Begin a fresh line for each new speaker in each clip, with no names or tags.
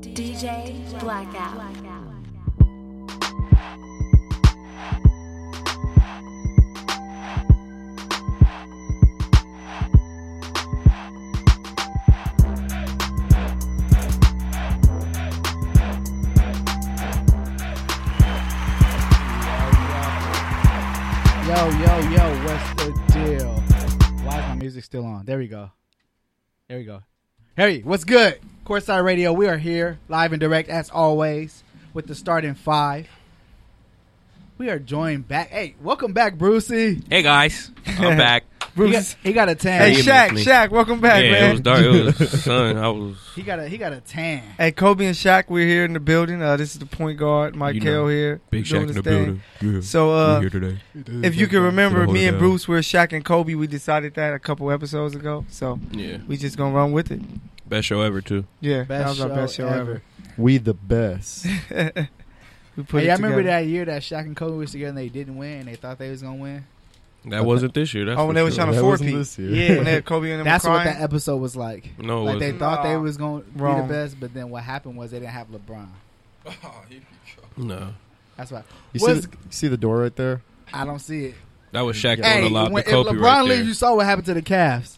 DJ Blackout.
Yo, yo, yo, what's the deal? Why is my music still on? There we go. There we go. Hey, what's good? Courtside Radio, we are here, live and direct as always, with the starting five. We are joined back. Hey, welcome back, Brucey.
Hey guys, I'm back.
He got, he got a tan.
Hey,
Hey,
Shaq,
Miss Lee.
Shaq, welcome back,
yeah,
man.
it was dark. It was sun. I was.
He got a he got a tan.
Hey, Kobe and Shaq, we're here in the building. Uh, this is the point guard, Mike
You
Kell
know,
here.
Big
doing
Shaq in
his
the
thing.
building. Yeah,
So, uh,
we're here today.
if you can remember,
Hold
me
it
and
down.
Bruce were Shaq and Kobe. We decided that a couple episodes ago. So,
Yeah,
we just gonna run with it.
best show ever too.
Yeah, that
Best
was
show,
our best show
ever.
ever.
We the best.
we put
Hey,
it
I remember
together.
that year that Shaq and Kobe was together and they didn't win and they thought they was gonna win.
That wasn't this year. That's
Oh,
for
when they were
sure.
trying to
That
four
wasn't
peat.
this year.
When they had Kobe and them
That's what
crying.
that episode was like.
No, it
like they
wasn't.
thought they
Nah.
was gonna be the
Wrong.
best, but then what happened was they didn't have LeBron.
no,
That's why
You see,
What's-
the, you see the door right there?
I don't see it.
that was Shaq
Hey,
throwing a lot
when-
to Kobe
if LeBron
right there.
leaves, you saw what happened to the Cavs.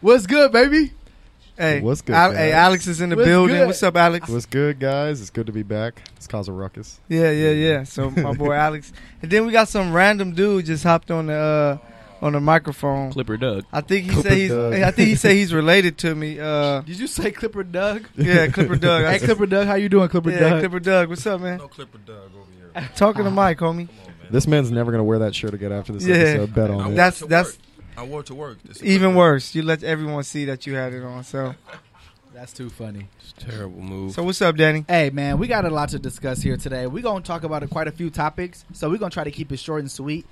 What's good, baby?
hey,
What's good,
Al- hey,
guys?
Alex is in the
What's
building.
good?
What's up, Alex?
What's good, guys? It's good to be back. It's cause a ruckus.
Yeah, yeah, yeah. So my boy Alex, and then we got some random dude just hopped on the uh, on the microphone.
Clipper Doug.
I think he
Clipper
said he's.
Doug.
I think he said he's related to me. Uh,
Did you say Clipper Doug?
yeah, Clipper Doug.
Hey,
I
Clipper Doug, how you doing, Clipper
yeah,
Doug?
Clipper Doug. What's up, man?
No Clipper Doug over here.
Talking to Mike, homie.
This man's never gonna wear that shirt again after this
Yeah.
episode. Bet on it.
That's
to
that's
I wore it to work. It's a
even
Clipper.
worse. You let everyone see that you had it on. So
That's too funny.
It's a terrible move.
so what's up, Danny?
Hey, man, we got a lot to discuss here today. We're going to talk about quite a few topics, so we're going to try to keep it short and sweet.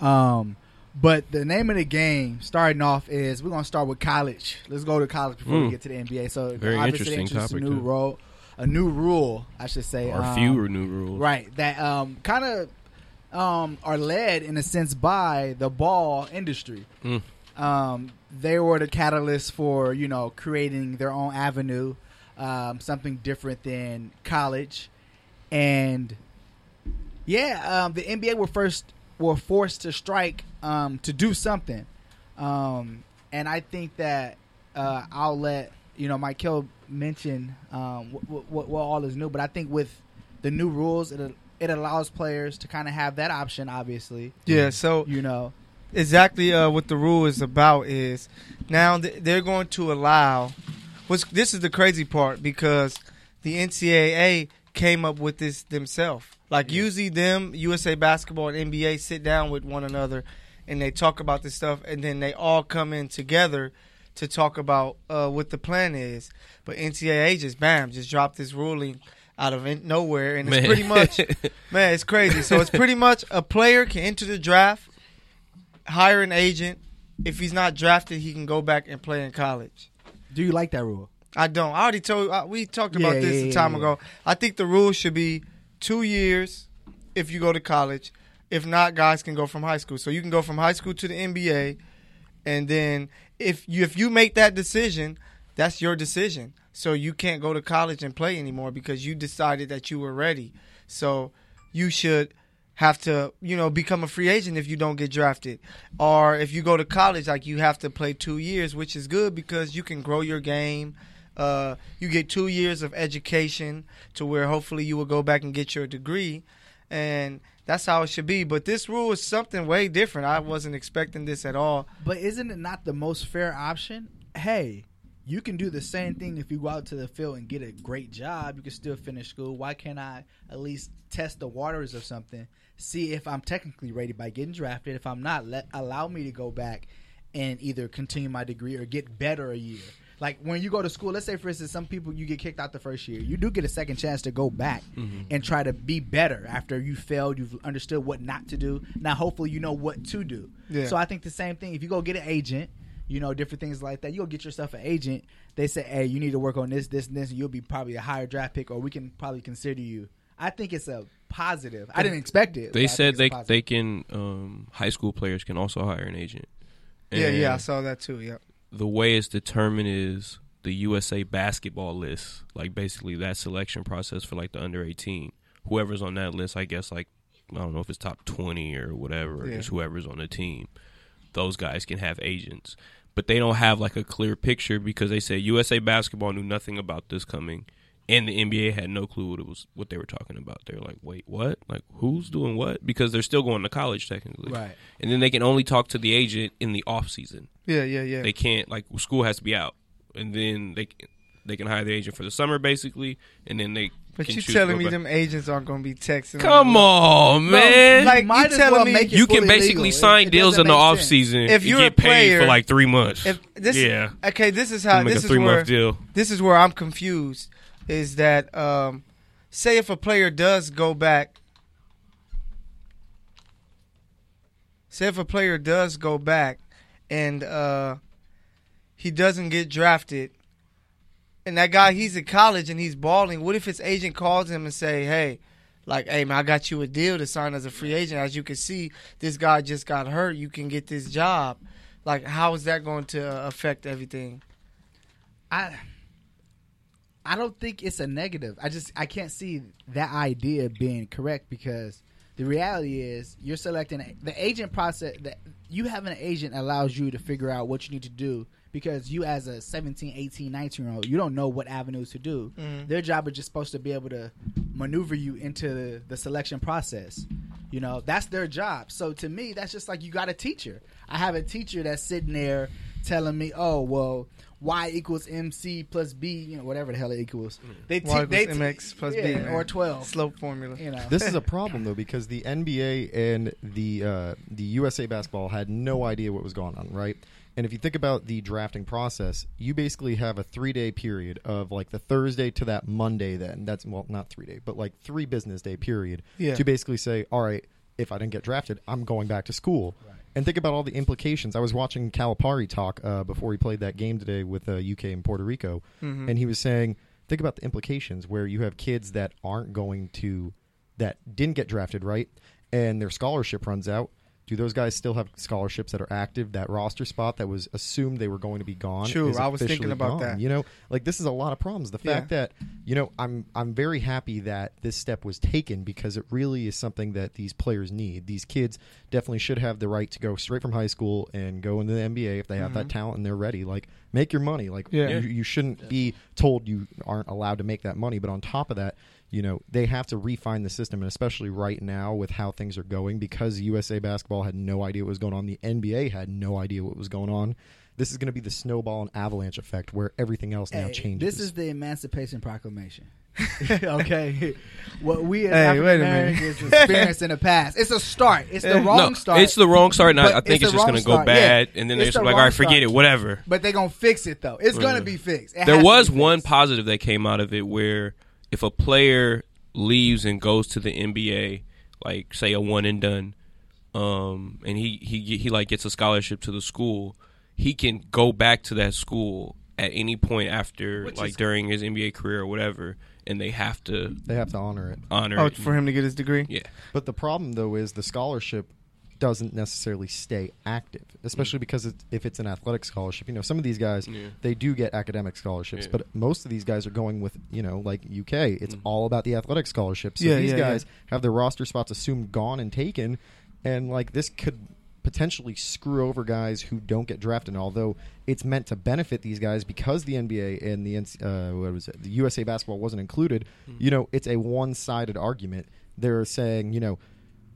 Um, but the name of the game, starting off, is we're going to start with college. Let's go to college before we
Mm.
get to the NBA. So obviously
Very
they
interesting
introduced
topic,
A new
too.
role, a new rule, I should say.
Or
uh,
um,
fewer new rules.
Right. That um, kind of um, are led in a sense by the ball industry.
Mm.
Um, they were the catalyst for you know creating their own avenue, um, something different than college, and yeah, um, the NBA were first were forced to strike um, to do something, um, and I think that uh, I'll let you know Michael mention um, what, what, what all is new, but I think with the new rules, it it allows players to kind of have that option. Obviously,
Yeah. So
you know,
exactly uh, what the rule is about is now th- they're going to allow. What's this is the crazy part because the NCAA came up with this themselves. Like usually them USA Basketball and NBA sit down with one another and they talk about this stuff and then they all come in together to talk about uh, what the plan is. But NCAA just bam just dropped this ruling out of in- nowhere and it's
Man.
pretty much man it's crazy. So it's pretty much a player can enter the draft hire an agent. If he's not drafted, he can go back and play in college.
do you like that rule?
I don't. I already told. I, we talked
Yeah,
about this
yeah,
a time
yeah.
ago. I think the rule should be two years if you go to college. If not, guys can go from high school. So you can go from high school to the NBA, and then if you if you make that decision, that's your decision. So you can't go to college and play anymore because you decided that you were ready. So you should have to, you know, become a free agent if you don't get drafted. Or if you go to college, like you have to play two years, which is good because you can grow your game. Uh, you get two years of education to where hopefully you will go back and get your degree. And that's how it should be. But this rule is something way different. I wasn't expecting this at all.
But isn't it not the most fair option? Hey, you can do the same thing if you go out to the field and get a great job. You can still finish school. Why can't I at least test the waters of something? See if I'm technically ready by getting drafted. If I'm not, let allow me to go back and either continue my degree or get better a year. Like when you go to school, let's say for instance, some people you get kicked out the first year. You do get a second chance to go back and try to be better after you failed. You've understood what not to do. Now, hopefully, you know what to do.
Yeah.
So I think the same thing. If you go get an agent, you know, different things like that. You go get yourself an agent. They say, hey, you need to work on this, this, and this, and you'll be probably a higher draft pick, or we can probably consider you. I think it's a positive. I didn't expect it.
They
but I
said
think it's a
they
positive.
they can um, high school players can also hire an agent.
yeah, yeah, I
And
saw that too. Yeah.
The way it's determined is the USA basketball list, like basically that selection process for like the under eighteen. Whoever's on that list, I guess like I don't know if it's top twenty or whatever,
Yeah.
just whoever's on the team. Those guys can have agents. But they don't have like a clear picture because they say USA basketball knew nothing about this coming and the NBA had no clue what it was what they were talking about. They're like, wait, what? Like who's doing what? Because they're still going to college technically.
Right.
And then they can only talk to the agent in the off season
Yeah, yeah, yeah.
they can't like school has to be out, and then they they can hire the agent for the summer basically, and then they.
but
can
you
choose to
telling me
go back-
them agents aren't going to be texting?
Come on, man!
like, you telling me-
it
you can
fully
basically
legal. It-
sign
it
deals
doesn't
in the
make
off
sense.
season.
If you're
and
a
get paid
player-
for like three months,
If this,
yeah,
uh,
Okay, this is
You
how.
make a
This is
three
where.
month deal.
This is where I'm confused. Is that um, say if a player does go back. Say if a player does go back, and uh, he doesn't get drafted, and that guy he's in college and he's balling. What if his agent calls him and say, "Hey, like, hey man, I got you a deal to sign as a free agent. As you can see, this guy just got hurt. You can get this job." Like, how is that going to uh, affect everything?
I I don't think it's a negative. I just I can't see that idea being correct because the reality is you're selecting the agent process that you having an agent allows you to figure out what you need to do because you as a 17 18 19 year old you don't know what avenues to do their job is just supposed to be able to maneuver you into the selection process you know that's their job so to me that's just like you got a teacher i have a teacher that's sitting there telling me oh well y equals mc plus b you know whatever the hell it equals
Mm.
they te-
Y
they
equals
te-
mx plus b
yeah,
man.
or 12
slope formula.
you know
This is a problem though because the NBA and the uh, the USA basketball had no idea what was going on, right? And if you think about the drafting process, you basically have a three day period of like the Thursday to that Monday. Then that's well, not three day, but like three business day period
Yeah.
to basically say, all right, if I didn't get drafted, I'm going back to school. And think about all the implications. I was watching Calipari talk uh, before he played that game today with uh, UK and Puerto Rico,
Mm-hmm.
and he was saying, think about the implications where you have kids that aren't going to that didn't get drafted, right? And their scholarship runs out. Do those guys still have scholarships that are active? That roster spot that was assumed they were going to be gone.
True,
is
I was thinking
officially
about
gone.
that.
You know, like this is a lot of problems. The fact
Yeah.
that you know, I'm I'm very happy that this step was taken because it really is something that these players need. These kids definitely should have the right to go straight from high school and go into the NBA if they have that talent and they're ready. Like make your money. Like
Yeah.
you, you shouldn't be told you aren't allowed to make that money. But on top of that, you know, they have to refine the system, and especially right now with how things are going, because USA basketball had no idea what was going on, the NBA had no idea what was going on. This is going to be the snowball and avalanche effect where everything else now
Hey,
changes.
This is the Emancipation Proclamation. okay, what we as
Hey, wait
African
a minute.
Americans experienced in the past. It's a start. It's the wrong
no,
start.
it's the wrong start, and
But
I, I think
it's
it's,
the
just
wrong
going to go
start.
bad,
Yeah.
and then they're
It's
just
the
like, all
wrong
right, forget
start.
it, whatever.
but they're gonna fix it though. It's gonna be fixed. It
there
has to
was
be
one
fixed.
positive that came out of it where if a player leaves and goes to the NBA, like say a one and done, um, and he he he like gets a scholarship to the school, he can go back to that school at any point after like during his NBA career or whatever, and they have to
they have to honor it.
honor
Oh,
it.
for him to get his degree.
yeah.
But the problem though is the scholarship doesn't necessarily stay active, especially
Mm.
because it, if it's an athletic scholarship, you know, some of these guys they do get academic scholarships,
Yeah.
but most of these guys are going with you know like UK. It's all about the athletic scholarships. So
Mm. Yeah,
these
yeah,
guys
yeah.
have their roster spots assumed gone and taken, and like this could potentially screw over guys who don't get drafted. And although it's meant to benefit these guys because the NBA and the NC uh, what was it, the USA basketball wasn't included, you know, it's a one-sided argument. They're saying, you know,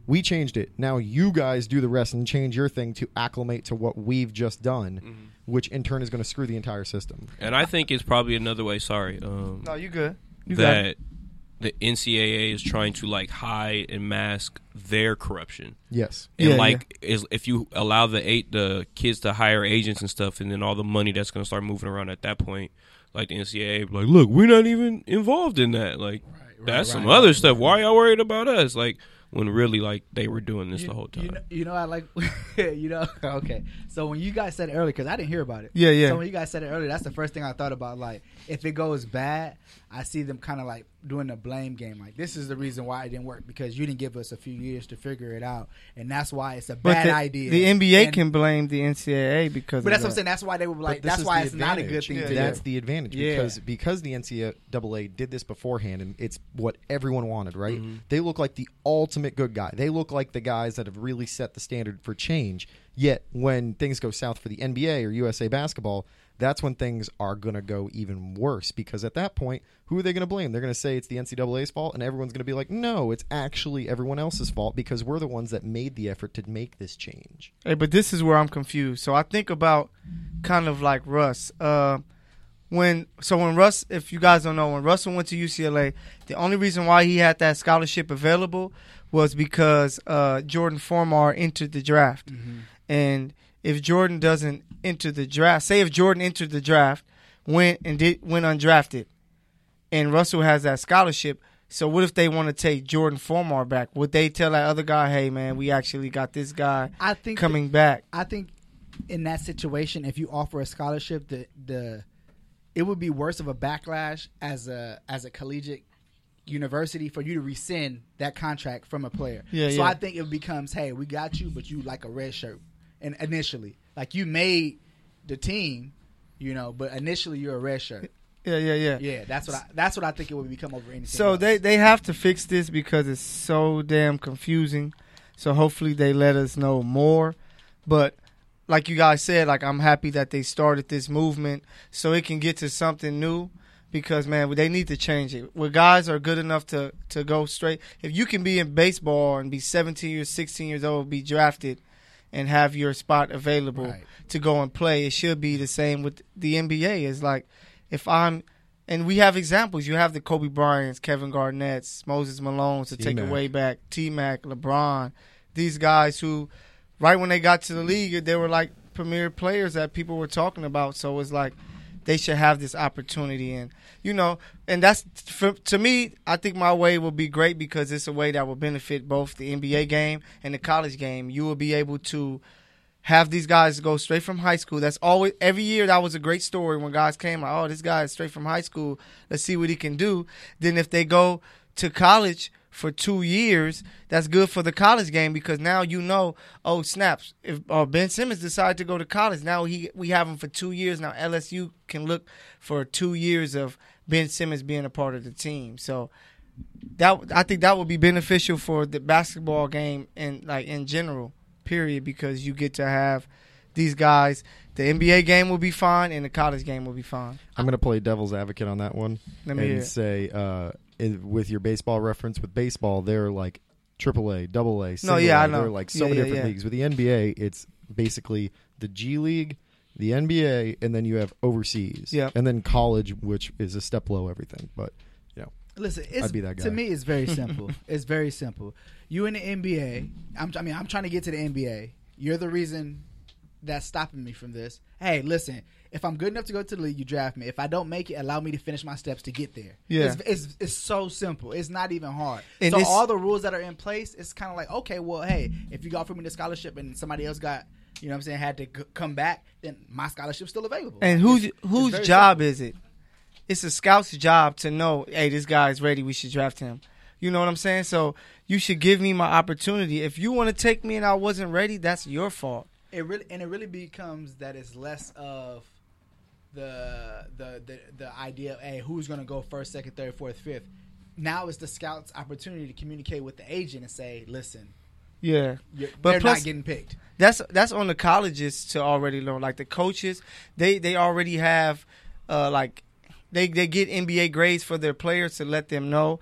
we changed it. Now you guys do the rest and change your thing to acclimate to what we've just done, which in turn is going to screw the entire system.
And I think it's probably another way. Sorry, um,
No, you good. You got it.
that the NCAA is trying to like hide and mask their corruption.
Yes.
and
Yeah,
like is if you allow the eight the kids to hire agents and stuff, and then all the money that's going to start moving around at that point, like the NCAA, be like look, we're not even involved in that. Like that's some other stuff. Why y'all worried about us? Like when really like they were doing this
You,
the whole time.
you know, you know, I like. you know, okay. So when you guys said it earlier, because I didn't hear about it.
Yeah, yeah.
So when you guys said it earlier, that's the first thing I thought about. Like, if it goes bad, I see them kind of like doing a blame game. Like this is the reason why it didn't work because you didn't give us a few years to figure it out, and that's why it's a bad
the,
idea.
The NBA
And-
can blame the NCAA because.
But
of
that's what I'm
that.
saying. That's why they were like.
But this
That's
is
why
the
it's not a good
advantage.
thing
Yeah,
to
That's
do.
the advantage
Yeah.
because because the NCAA did this beforehand, and it's what everyone wanted, right? They look like the ultimate good guy. They look like the guys that have really set the standard for change. Yet when things go south for the NBA or USA basketball, that's when things are going to go even worse because at that point, who are they going to blame? They're going to say it's the NCAA's fault, and everyone's going to be like, "No, it's actually everyone else's fault because we're the ones that made the effort to make this change."
Hey, but this is where I'm confused. So I think about kind of like Russ. Uh, when so when Russ, if you guys don't know, when Russell went to UCLA, the only reason why he had that scholarship available was because uh, Jordan Formar entered the draft.
Mm-hmm.
And if Jordan doesn't enter the draft, say if Jordan entered the draft, went and did went undrafted, and Russell has that scholarship. So what if they want to take Jordan Formar back? Would they tell that other guy, "Hey man, we actually got this guy"?
I think
coming back.
I think in that situation, if you offer a scholarship, the the it would be worse of a backlash as a as a collegiate university for you to rescind that contract from a player.
Yeah,
so
yeah.
I think it becomes, hey, we got you, but you like a red shirt, and initially, like you made the team, you know, but initially you're a red shirt.
Yeah, yeah, yeah.
Yeah, that's what I that's what I think it would become over anything.
So
else.
they they have to fix this because it's so damn confusing. So hopefully they let us know more. But like you guys said, like I'm happy that they started this movement so it can get to something new. Because man, they need to change it. Where guys are good enough to to go straight. If you can be in baseball and be 17 years, 16 years old, be drafted, and have your spot available
Right.
to go and play, it should be the same with the NBA. It's like if I'm and we have examples. You have the Kobe Bryants, Kevin Garnett's, Moses Malone's to take it
T-Mac.
way back, T Mac, LeBron, these guys who, right when they got to the league, they were like premier players that people were talking about. So it's like they should have this opportunity, and you know, and that's for, to me. I think my way will be great because it's a way that will benefit both the NBA game and the college game. You will be able to have these guys go straight from high school. That's always every year that was a great story when guys came like, oh, this guy is straight from high school. Let's see what he can do. Then if they go to college for two years, that's good for the college game because now you know, oh snaps. If uh, Ben Simmons decided to go to college, now he we have him for two years. Now LSU can look for two years of Ben Simmons being a part of the team. So that I think that would be beneficial for the basketball game and like in general, period, because you get to have these guys. The NBA game will be fine, and the college game will be fine.
I'm going to play devil's advocate on that one
Let me hear
and
it.
say, uh, i- with your baseball reference, with baseball, they're like AAA, double A,
No, yeah, I know.
They're like so
Yeah,
many
yeah,
different
yeah.
leagues. With the NBA, it's basically the G League, the NBA, and then you have overseas.
Yep.
And then college, which is a step below everything. But, you know,
Listen, it's,
I'd be that guy.
to me, it's very simple. it's very simple. You in the NBA. I'm, I mean, I'm trying to get to the NBA. You're the reason that's stopping me from this. Hey, listen, if I'm good enough to go to the league, you draft me. If I don't make it, allow me to finish my steps to get there.
Yeah.
It's, it's, it's so simple. It's not even hard.
And
so
it's-
all the rules that are in place, it's kind of like, okay, well, hey, if you got for me the scholarship and somebody else got, you know what I'm saying, had to c- come back, then my scholarship's still available.
And whose whose
very
job is it? It's a scout's job to know, hey, this guy's ready. We should draft him. You know what I'm saying? So you should give me my opportunity. If you want to take me and I wasn't ready, that's your fault.
it really and it really becomes that it's less of the the the, the idea of hey who's going to go first second third fourth fifth now it's the scout's opportunity to communicate with the agent and say listen
Yeah.
you're,
But
they're
plus-
not getting picked
that's that's on the colleges to already learn. Like the coaches, they they already have uh like they they get NBA grades for their players to let them know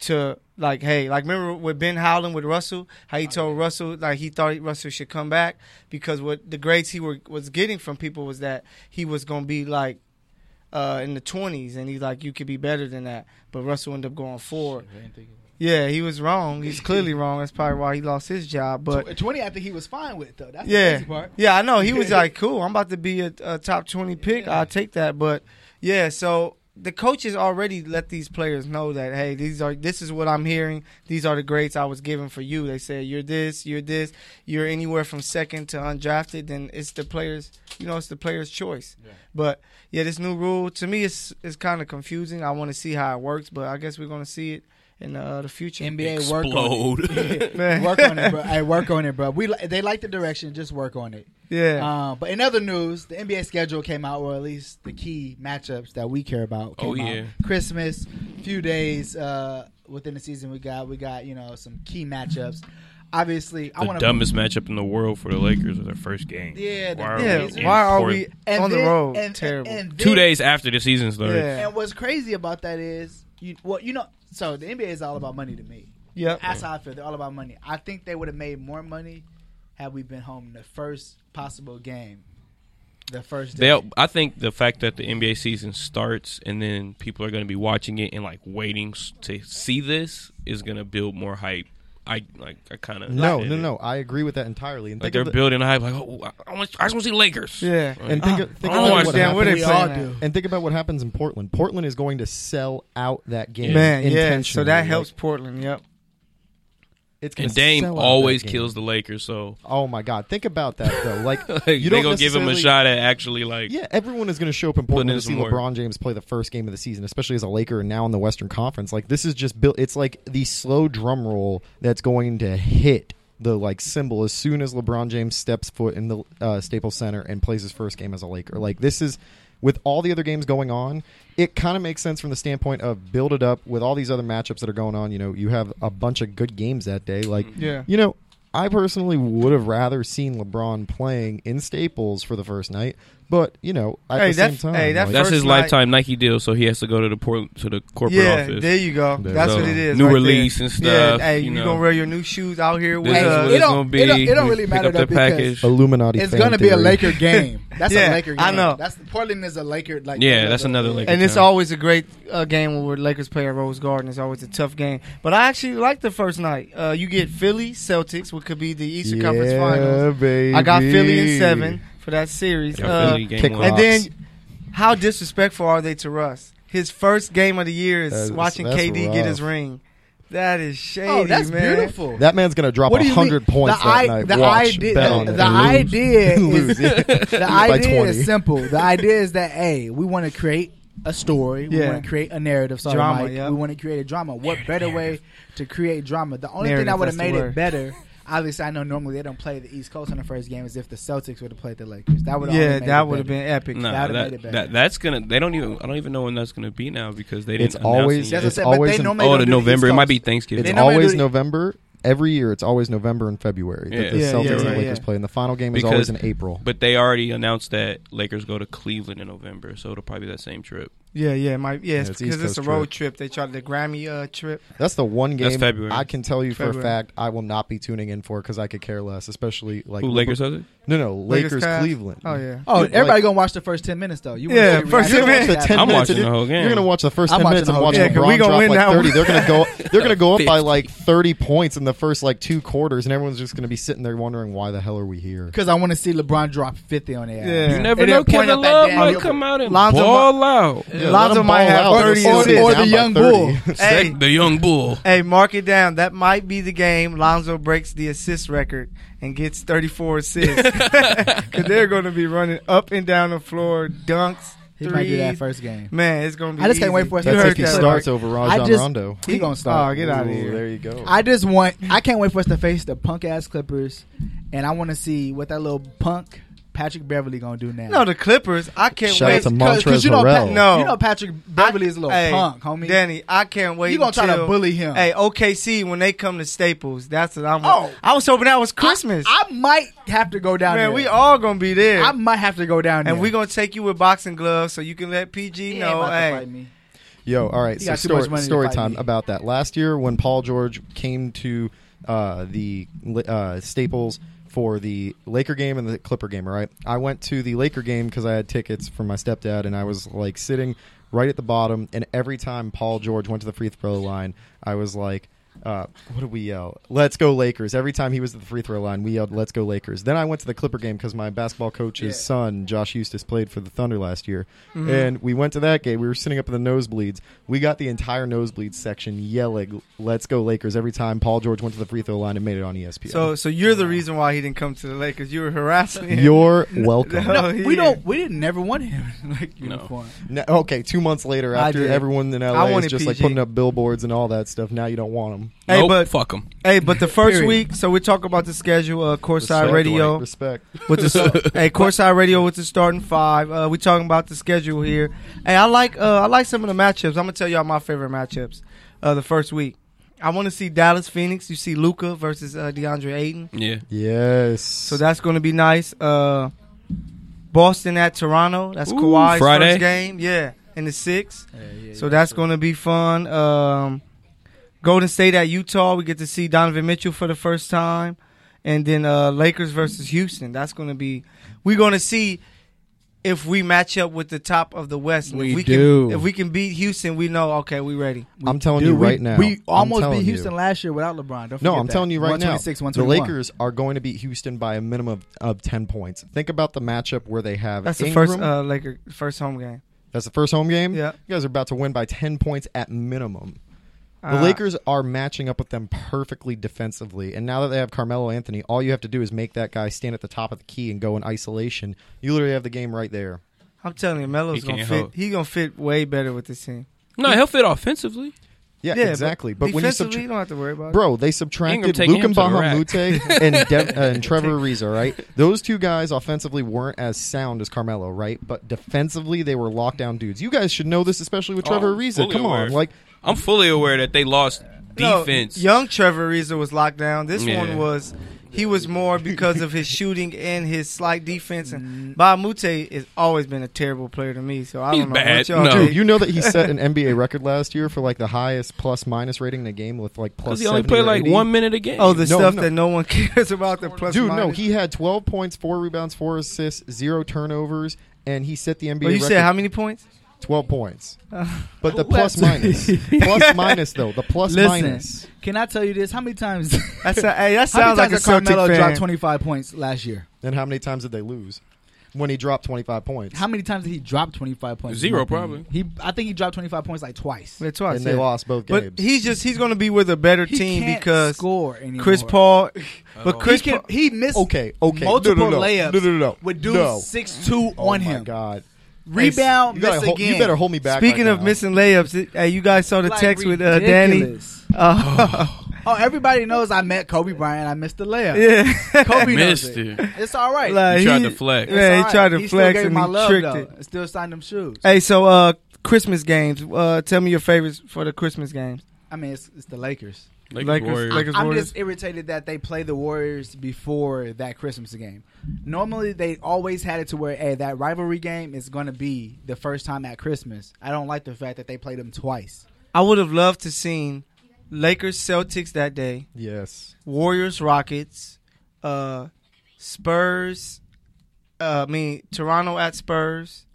to like hey like remember with Ben Howland with Russell how he told Russell like he thought Russell should come back because what the grades he were, was getting from people was that he was gonna be like uh in the twenties and he's like you could be better than that but Russell ended up going forward yeah he was wrong he's clearly wrong that's probably why he lost his job but
Tw- 20 i think he was fine with though that's the
yeah,
crazy part
yeah, I know. He was like, "Cool, I'm about to be a, a top twenty pick. I'll take that." But yeah, so the coaches already let these players know that, hey, these are this is what I'm hearing. These are the grades I was given for you. They said you're this, you're this, you're anywhere from second to undrafted. Then it's the players' you know it's the player's choice. But yeah, this new rule to me is is kind of confusing. I want to see how it works, but I guess we're gonna see it in uh, the future.
NBA work on
Explode.
it. work on it, bro. Hey, work on it, bro. We li- they like the direction. Just work on it.
Yeah,
Uh, but in other news, the NBA schedule came out, or at least the key matchups that we care about. Came
Oh,
out.
yeah.
Christmas, few days uh, within the season, we got we got you know some key matchups. Obviously, I
the
want
dumbest matchup in the world for the Lakers was their first game.
Yeah, the-
why are
yeah.
we, in
Why are
fourth-
we on the road? Terrible.
two days after the season started?
Yeah.
And what's crazy about that is, you well, you know, so the NBA is all about money to me.
Yep.
That's how I feel. They're all about money. I think they would have made more money had we been home the first possible game, the first day.
They, I think the fact that the NBA season starts and then people are going to be watching it and like waiting s- to see this is going to build more hype. I like. I kind of
No, no, no. I agree with that entirely. And
Like
think
they're
of the-
building hype. Like, oh, I, I want, I just want to see the Lakers.
yeah.
Like,
and think,
Ah,
of- think
I don't
about
watch
what
damn
happened.
what
We
they
all
saying
do.
And think about what happens in Portland. Portland is going to sell out that game.
man. Yeah, so
intentionally.
that
Like,
helps Portland. Yep.
It's gonna
and Dame
sell out that
always
game.
kills the Lakers, so
Oh my God! Think about that though. Like,
like,
you
they
don't
gonna give him a
necessarily-
shot at actually like.
Yeah, everyone is going to show up in
Putting
Portland
in
to see
some work.
LeBron James play the first game of the season, especially as a Laker and now in the Western Conference. Like this is just built. It's like the slow drum roll that's going to hit the like symbol as soon as LeBron James steps foot in the uh, Staples Center and plays his first game as a Laker. Like this is with all the other games going on, it kind of makes sense from the standpoint of build it up with all these other matchups that are going on. You know, you have a bunch of good games that day. Like,
Yeah.
you know, I personally would have rather seen LeBron playing in Staples for the first night, but you know, at
Hey,
the
that's-
same time,
hey, that's
like,
That's
First
his
night-
lifetime Nike deal, so he has to go to the port to the corporate
yeah,
office.
there you go.
There
That's
you
what
go.
it is.
New
right
release
there.
and
Yeah,
stuff,
hey,
you
you,
know.
gonna wear your new shoes out here with
this is
Hey,
us?
what
it
it's
don't-
gonna be.
it don't- it don't
We
really
pick
matter
up
though,
that
because
package.
Illuminati.
it's
fan
gonna be a
theory.
Laker game. That's
Yeah,
a Laker game.
I know.
That's Portland is a Laker. Like
Yeah, that's another Laker.
and it's
time.
always a great uh, game when we're Lakers play at Rose Garden. It's always a tough game. But I actually like the first night. Uh, you get Philly Celtics, which could be the Eastern Conference
Yeah,
Finals.
baby.
I got Philly in seven for that series.
Yeah,
Uh,
Philly game
kick
one.
rock.
and then, how disrespectful are they to Russ? His first game of the year is
That's-
watching
that's
KD get his
rough.
ring. That is shady,
Oh, that's
man.
beautiful.
That man's gonna drop
What do you
hundred
mean?
points
The
that
I-
night.
the
Watch,
idea-
bet on
the
it.
idea
Lose.
is- the
By
idea
20.
is simple. The idea is that hey, we want to create a story. We
Yeah.
want to create a narrative. Sorry,
Drama,
Mike.
yeah.
We want to create a drama. What better way to create drama? The only thing that
Narrative,
would have
that's the
made it
word.
better. Obviously, I know normally they don't play the East Coast in the first game. Is if the Celtics would have played the Lakers, that would
Yeah, that would have been epic.
No,
That would've
that,
made it better.
that- that's gonna. They don't even. I don't even know when that's gonna be now because they didn't.
It's
announce
always-
That's
It yet.
what I
It's
said, but
always
they
in-
normally
oh,
don't
to
do the East
November. It might be
Coast.
Thanksgiving.
It's
They normally
always
do-
November. Every year, it's always November and February
Yeah.
that the
Yeah,
Celtics
yeah,
and
yeah,
Lakers
yeah.
play, and the final game is
Because-
always in April.
But they already announced that Lakers go to Cleveland in November, so it'll probably be that same trip.
Yeah, yeah, my yeah,
it's
it's
East
because it's, a
Coast
road trip. They tried the Grammy uh, trip.
That's the one game
That's February.
I can tell you for a
February.
fact I will not be tuning in for because I could care less, especially like
Who Lakers has it?
No, no, Lakers,
Cavs.
Cleveland.
Oh yeah.
Oh,
Like-
everybody gonna watch the first ten minutes though. You wanna
Yeah,
see the
first
reaction.
10 minutes.
The 10
I'm
minutes,
watching
dude,
the whole game.
You're gonna watch the 1st
I'm
ten
watching
minutes
the
and
whole
watch
game.
Yeah, 'cause
LeBron
we gonna
drop
win
like
that
thirty.
one.
They're gonna go. They're gonna go up by like thirty points in the first like two quarters, and everyone's just gonna be sitting there wondering why the hell are we here?
Because I want to see LeBron drop fifty on the ass.
Yeah.
You never
And
know.
then point
Kevin
up that
Love
damn
might
elbow.
come out and
Lonzo
ball out.
Yeah, let
Lonzo
them
might
ball
have
out.
30
Or-
assists.
Down
or
by
the young
30.
bull.
Hey.
the young bull.
Hey, mark it down. That might be the game. Lonzo breaks the assist record and gets 34 assists. Because they're going to be running up and down the floor, dunks,
he might do that
threes.
first game.
Man, it's going to be.
I just can't
easy.
wait for us
You
to
That's
heard
if he
that,
starts
Mark.
over
I
Rajon
just-
Rondo.
He gonna start.
Oh, get out of
Ooh,
here.
There you go.
I just want I can't wait for us to face the punk ass Clippers, and I want to see what that little punk Patrick Beverly gonna do now.
No, the Clippers. I can't
Shout out
wait.
to Montrezl
you know,
Harrell.
No.
you know Patrick Beverly is a little
Hey,
punk, homie.
Danny, I can't wait.
You gonna try to
until-
bully him.
Hey, OKC when they come to Staples, that's what I'm.
Oh.
I was hoping that was Christmas.
I, I might have to go down
Man,
there.
we all gonna be there.
I might have to go down there.
And we're gonna take you with boxing gloves so you can let PG
He ain't
know.
about to
Hey,
fight me.
Yo, all right.
He
So
got too much
story,
money to
story
fight
time
me.
about that. Last year, when Paul George came to uh, the uh, Staples for the Laker game and the Clipper game, all right, I went to the Laker game because I had tickets from my stepdad, and I was like sitting right at the bottom. And every time Paul George went to the free throw line, I was like. uh, what did we yell? Let's go Lakers. Every time he was at the free throw line, we yelled, let's go Lakers. Then I went to the Clipper game because my basketball coach's son, Josh Eustace, played for the Thunder last year.
Mm-hmm.
And we went to that game. We were sitting up in the nosebleeds. We got the entire nosebleeds section yelling, let's go Lakers every time Paul George went to the free throw line and made it on E ESPN.
So, so you're the reason why he didn't come to the Lakers. You were harassing him.
You're welcome.
No.
No,
he
we
is.
don't. We didn't never want him in a Laker
No.
uniform.
No, okay, two months later,
I
after
did.
everyone in
I
LA is
wanted
just like
PG.
putting up billboards and all that stuff, now you don't want them.
Hey,
nope,
but-
fuck them.
hey, but the first
Period.
week, so we talk about the schedule. Uh, Courtside Radio
respect.
with the hey Courtside Radio with the starting five. Uh, we talking about the schedule here. Hey, I like uh, I like some of the matchups. I'm gonna tell y'all my favorite matchups. Uh, the first week, I want to see Dallas Phoenix. You see Luca versus uh, DeAndre Ayton.
Yeah.
Yes.
So that's going to be nice. Uh, Boston at Toronto. That's
Ooh,
Kawhi's
Friday.
first game. Yeah, in the six.
Yeah, yeah,
So
yeah.
that's going to be fun. Um, Golden State at Utah. We get to see Donovan Mitchell for the first time, and then uh, Lakers versus Houston. That's going to be. We're going to see if we match up with the top of the West. And
We
if we
do.
Can, if we can beat Houston, we know. Okay, we ready.
I'm telling
Dude,
you
we-
right now.
We
I'm
almost
telling
beat
you.
Houston last year without LeBron. Don't
No,
forget
I'm
that.
telling you right now.
126,
The
121.
Lakers are going to beat Houston by a minimum of, of 10 points. Think about the matchup where they have
That's the
Ingram.
first uh, Laker first home game.
that's the first home game.
Yeah.
You guys are about to win by 10 points at minimum. The
Uh,
Lakers are matching up with them perfectly defensively. And now that they have Carmelo Anthony, all you have to do is make that guy stand at the top of the key and go in isolation. You literally have the game right there.
I'm telling you,
He
Melo's gonna
can't
fit.
hold.
He gonna fit way better with this team.
No, he'll fit offensively.
Yeah,
Yeah, but
exactly. But, when you
defensively,
subtract
you don't have to worry about it.
Bro, they
Ingram
subtracted
taking
Luke and
him to the rack.
Bahamute and, De- and Trevor Ariza, right? Those two guys offensively weren't as sound as Carmelo, right? But defensively, they were lockdown dudes. You guys should know this, especially with
Oh,
Trevor
I'm
Ariza.
fully
Come
aware.
on, like
I'm fully aware that they lost
No,
defense.
young Trevor Ariza was locked down. This
Yeah.
one was he was more because of his shooting and his slight defense. And Bob Mute has always been a terrible player to me. So I
He's
don't know
bad.
what y'all
No.
think.
dude, you know that he set an NBA record last year for like the highest plus minus rating in a game with like plus.
Because he only
70 or
played like
80.
one minute a game.
oh, the
No,
stuff
no.
that no one cares about. The plus
Dude, no,
minus.
he had 12 points, four rebounds, four assists, zero turnovers, and he set the NBA
Well, Oh, you
record.
said how many points?
12 points. But the
Who
plus minus.
left?
plus minus, though. The plus
Listen,
minus.
Can I tell you this? How many times?
That's a, hey, that
how many
sounds like a
times did
Celtic
Carmelo
fan.
dropped 25 points last year?
And how many times did they lose when he dropped 25 points?
How many times did he drop 25 points?
Zero, probably.
He, I think he dropped 25 points like twice.
Yeah, twice,
and they
yeah.
lost both
But
games.
he's just he's going to be with a better
He
team
can't
because
score anymore.
Chris Paul. But
all.
Chris
he, can,
Paul,
he missed
okay, okay.
multiple
no, no, no.
layups
No, no, no, no.
with dudes
No.
six two
Oh
on
my
him.
God.
Rebound,
You, gotta
miss
hold- you
again.
better hold me back.
Speaking
right
of
now.
missing layups, it, hey, you guys saw the
Like,
text with uh, Danny.
ridiculous.
Uh,
Oh, everybody knows I met Kobe Bryant. I missed the layup.
yeah,
Kobe knows
Missed
it.
it.
It's all right.
Like,
He tried to flex.
It's
Yeah,
all
he
right.
tried to
still
flex
gave
and
my
he
love,
tricked
though.
it.
And Still signed them shoes.
Hey, so uh, Christmas games. Uh, tell me your favorites for the Christmas games.
I mean, it's, it's the Lakers.
Lakers,
Lakers-
Warriors.
Lakers-
I'm
Warriors.
just irritated that they play the Warriors before that Christmas game. Normally, they always had it to where, hey, that rivalry game is going to be the first time at Christmas. I don't like the fact that they played them twice.
I would have loved to seen Lakers Celtics that day,
Yes.
Warriors Rockets, uh, Spurs. Uh, I mean Toronto at Spurs.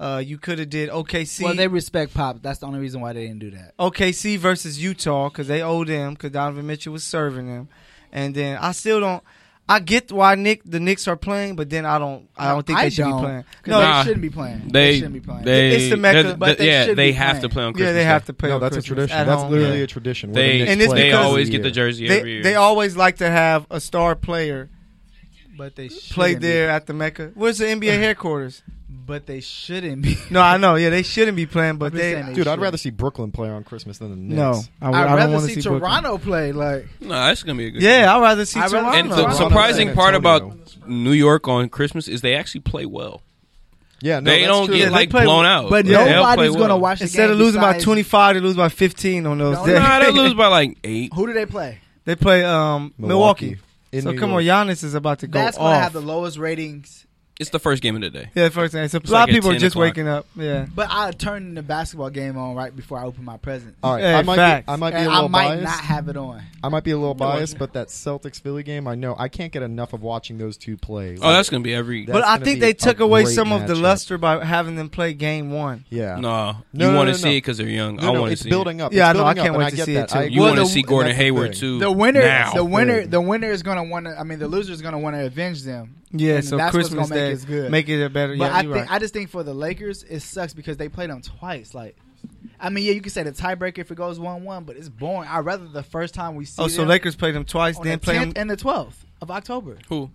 Uh, you could have did OKC.
well, they respect Pop. That's the only reason why they didn't do that.
OKC versus Utah because they owe them because Donovan Mitchell was serving them, and then I still don't. I get why Nick the Knicks are playing, but then I don't. I don't think they should be playing.
'cause
No,
they
Nah.
shouldn't be playing. They,
They,
shouldn't be playing.
They,
It's the Mecca,
they're-
but
they
yeah,
should
they
be
have to
playing.
play on
yeah,
Christmas.
they have
Day.
to play.
no,
on
that's
Christmas
a tradition.
at
That's
home.
literally
Yeah.
a tradition. where the
They,
Knicks
And it's
play
they
because-
every
always get the
year.
jersey every
They,
year.
they always like to have a star player
but they
play
shouldn't be-
there at the Mecca. Where's the NBA headquarters?
But they shouldn't be.
No, I know. Yeah, they shouldn't be playing, but
I'm just
they.
saying
Dude, I'd
should.
rather see Brooklyn play on Christmas than the Knicks.
No, I,
I'd
I don't
rather
want
see,
to see Brooklyn.
Toronto play. Like
no, that's gonna be a good.
Yeah, I'd rather see
I'd rather-
Toronto.
game. and the
Toronto,
surprising
San
part about
Antonio.
New York on Christmas is they actually play well.
Yeah, no,
they
that's
don't
true.
get
Yeah, they
like
play-
blown out.
But
They'll play
nobody's
well.
gonna watch the
Instead
game
of losing by
besides-
25, they lose by 15 on those
No,
days.
Nah, they lose by like eight.
Who do they play?
They play um, Milwaukee.
In
so
New
come
York.
on, Giannis is about to go
That's
off.
gonna have the lowest ratings
It's the first game of the day.
Yeah, first thing. So a
It's
lot
like
of
at
people are
10
just
o'clock.
waking up. Yeah.
But I turned the basketball game on right before I opened my present.
All right,
Hey,
I might
facts.
be, I might be a
and
little
I might
biased.
not have it on.
I might be a little biased, but that Celtics Philly game, I know I can't get enough of watching those two play.
Oh, that's gonna be every.
That-
But
That's
I
gonna
think
be
they
a
took away
great
some of the
matchup.
luster by having them play game one.
yeah.
nah.
No,
you
no,
want to
no,
see
no.
it because they're young.
No,
I
no,
want to
it's
see
building up.
Yeah,
It's
I know. I
building up,
can't
and
wait
I
to
get
see it,
that.
too.
I
it.
agree.
You want to
And
see
that's
Gordon
the
Hayward
thing.
too.
The winner,
Now.
the winner,
Good.
the winner is going to want to. I mean, the loser is going to want to avenge them.
Yeah,
And
so
that's what's
Christmas
gonna make
Day
it good.
make it a better.
But
yeah,
I
you're
think
right.
I just think for the Lakers, it sucks because they played them twice. Like, I mean, yeah, you can say the tiebreaker if it goes one one, but it's boring. I would rather the first time we see.
oh, so
them
Lakers played them twice,
on
then
the
play them.
tenth and the twelfth of October.
Who?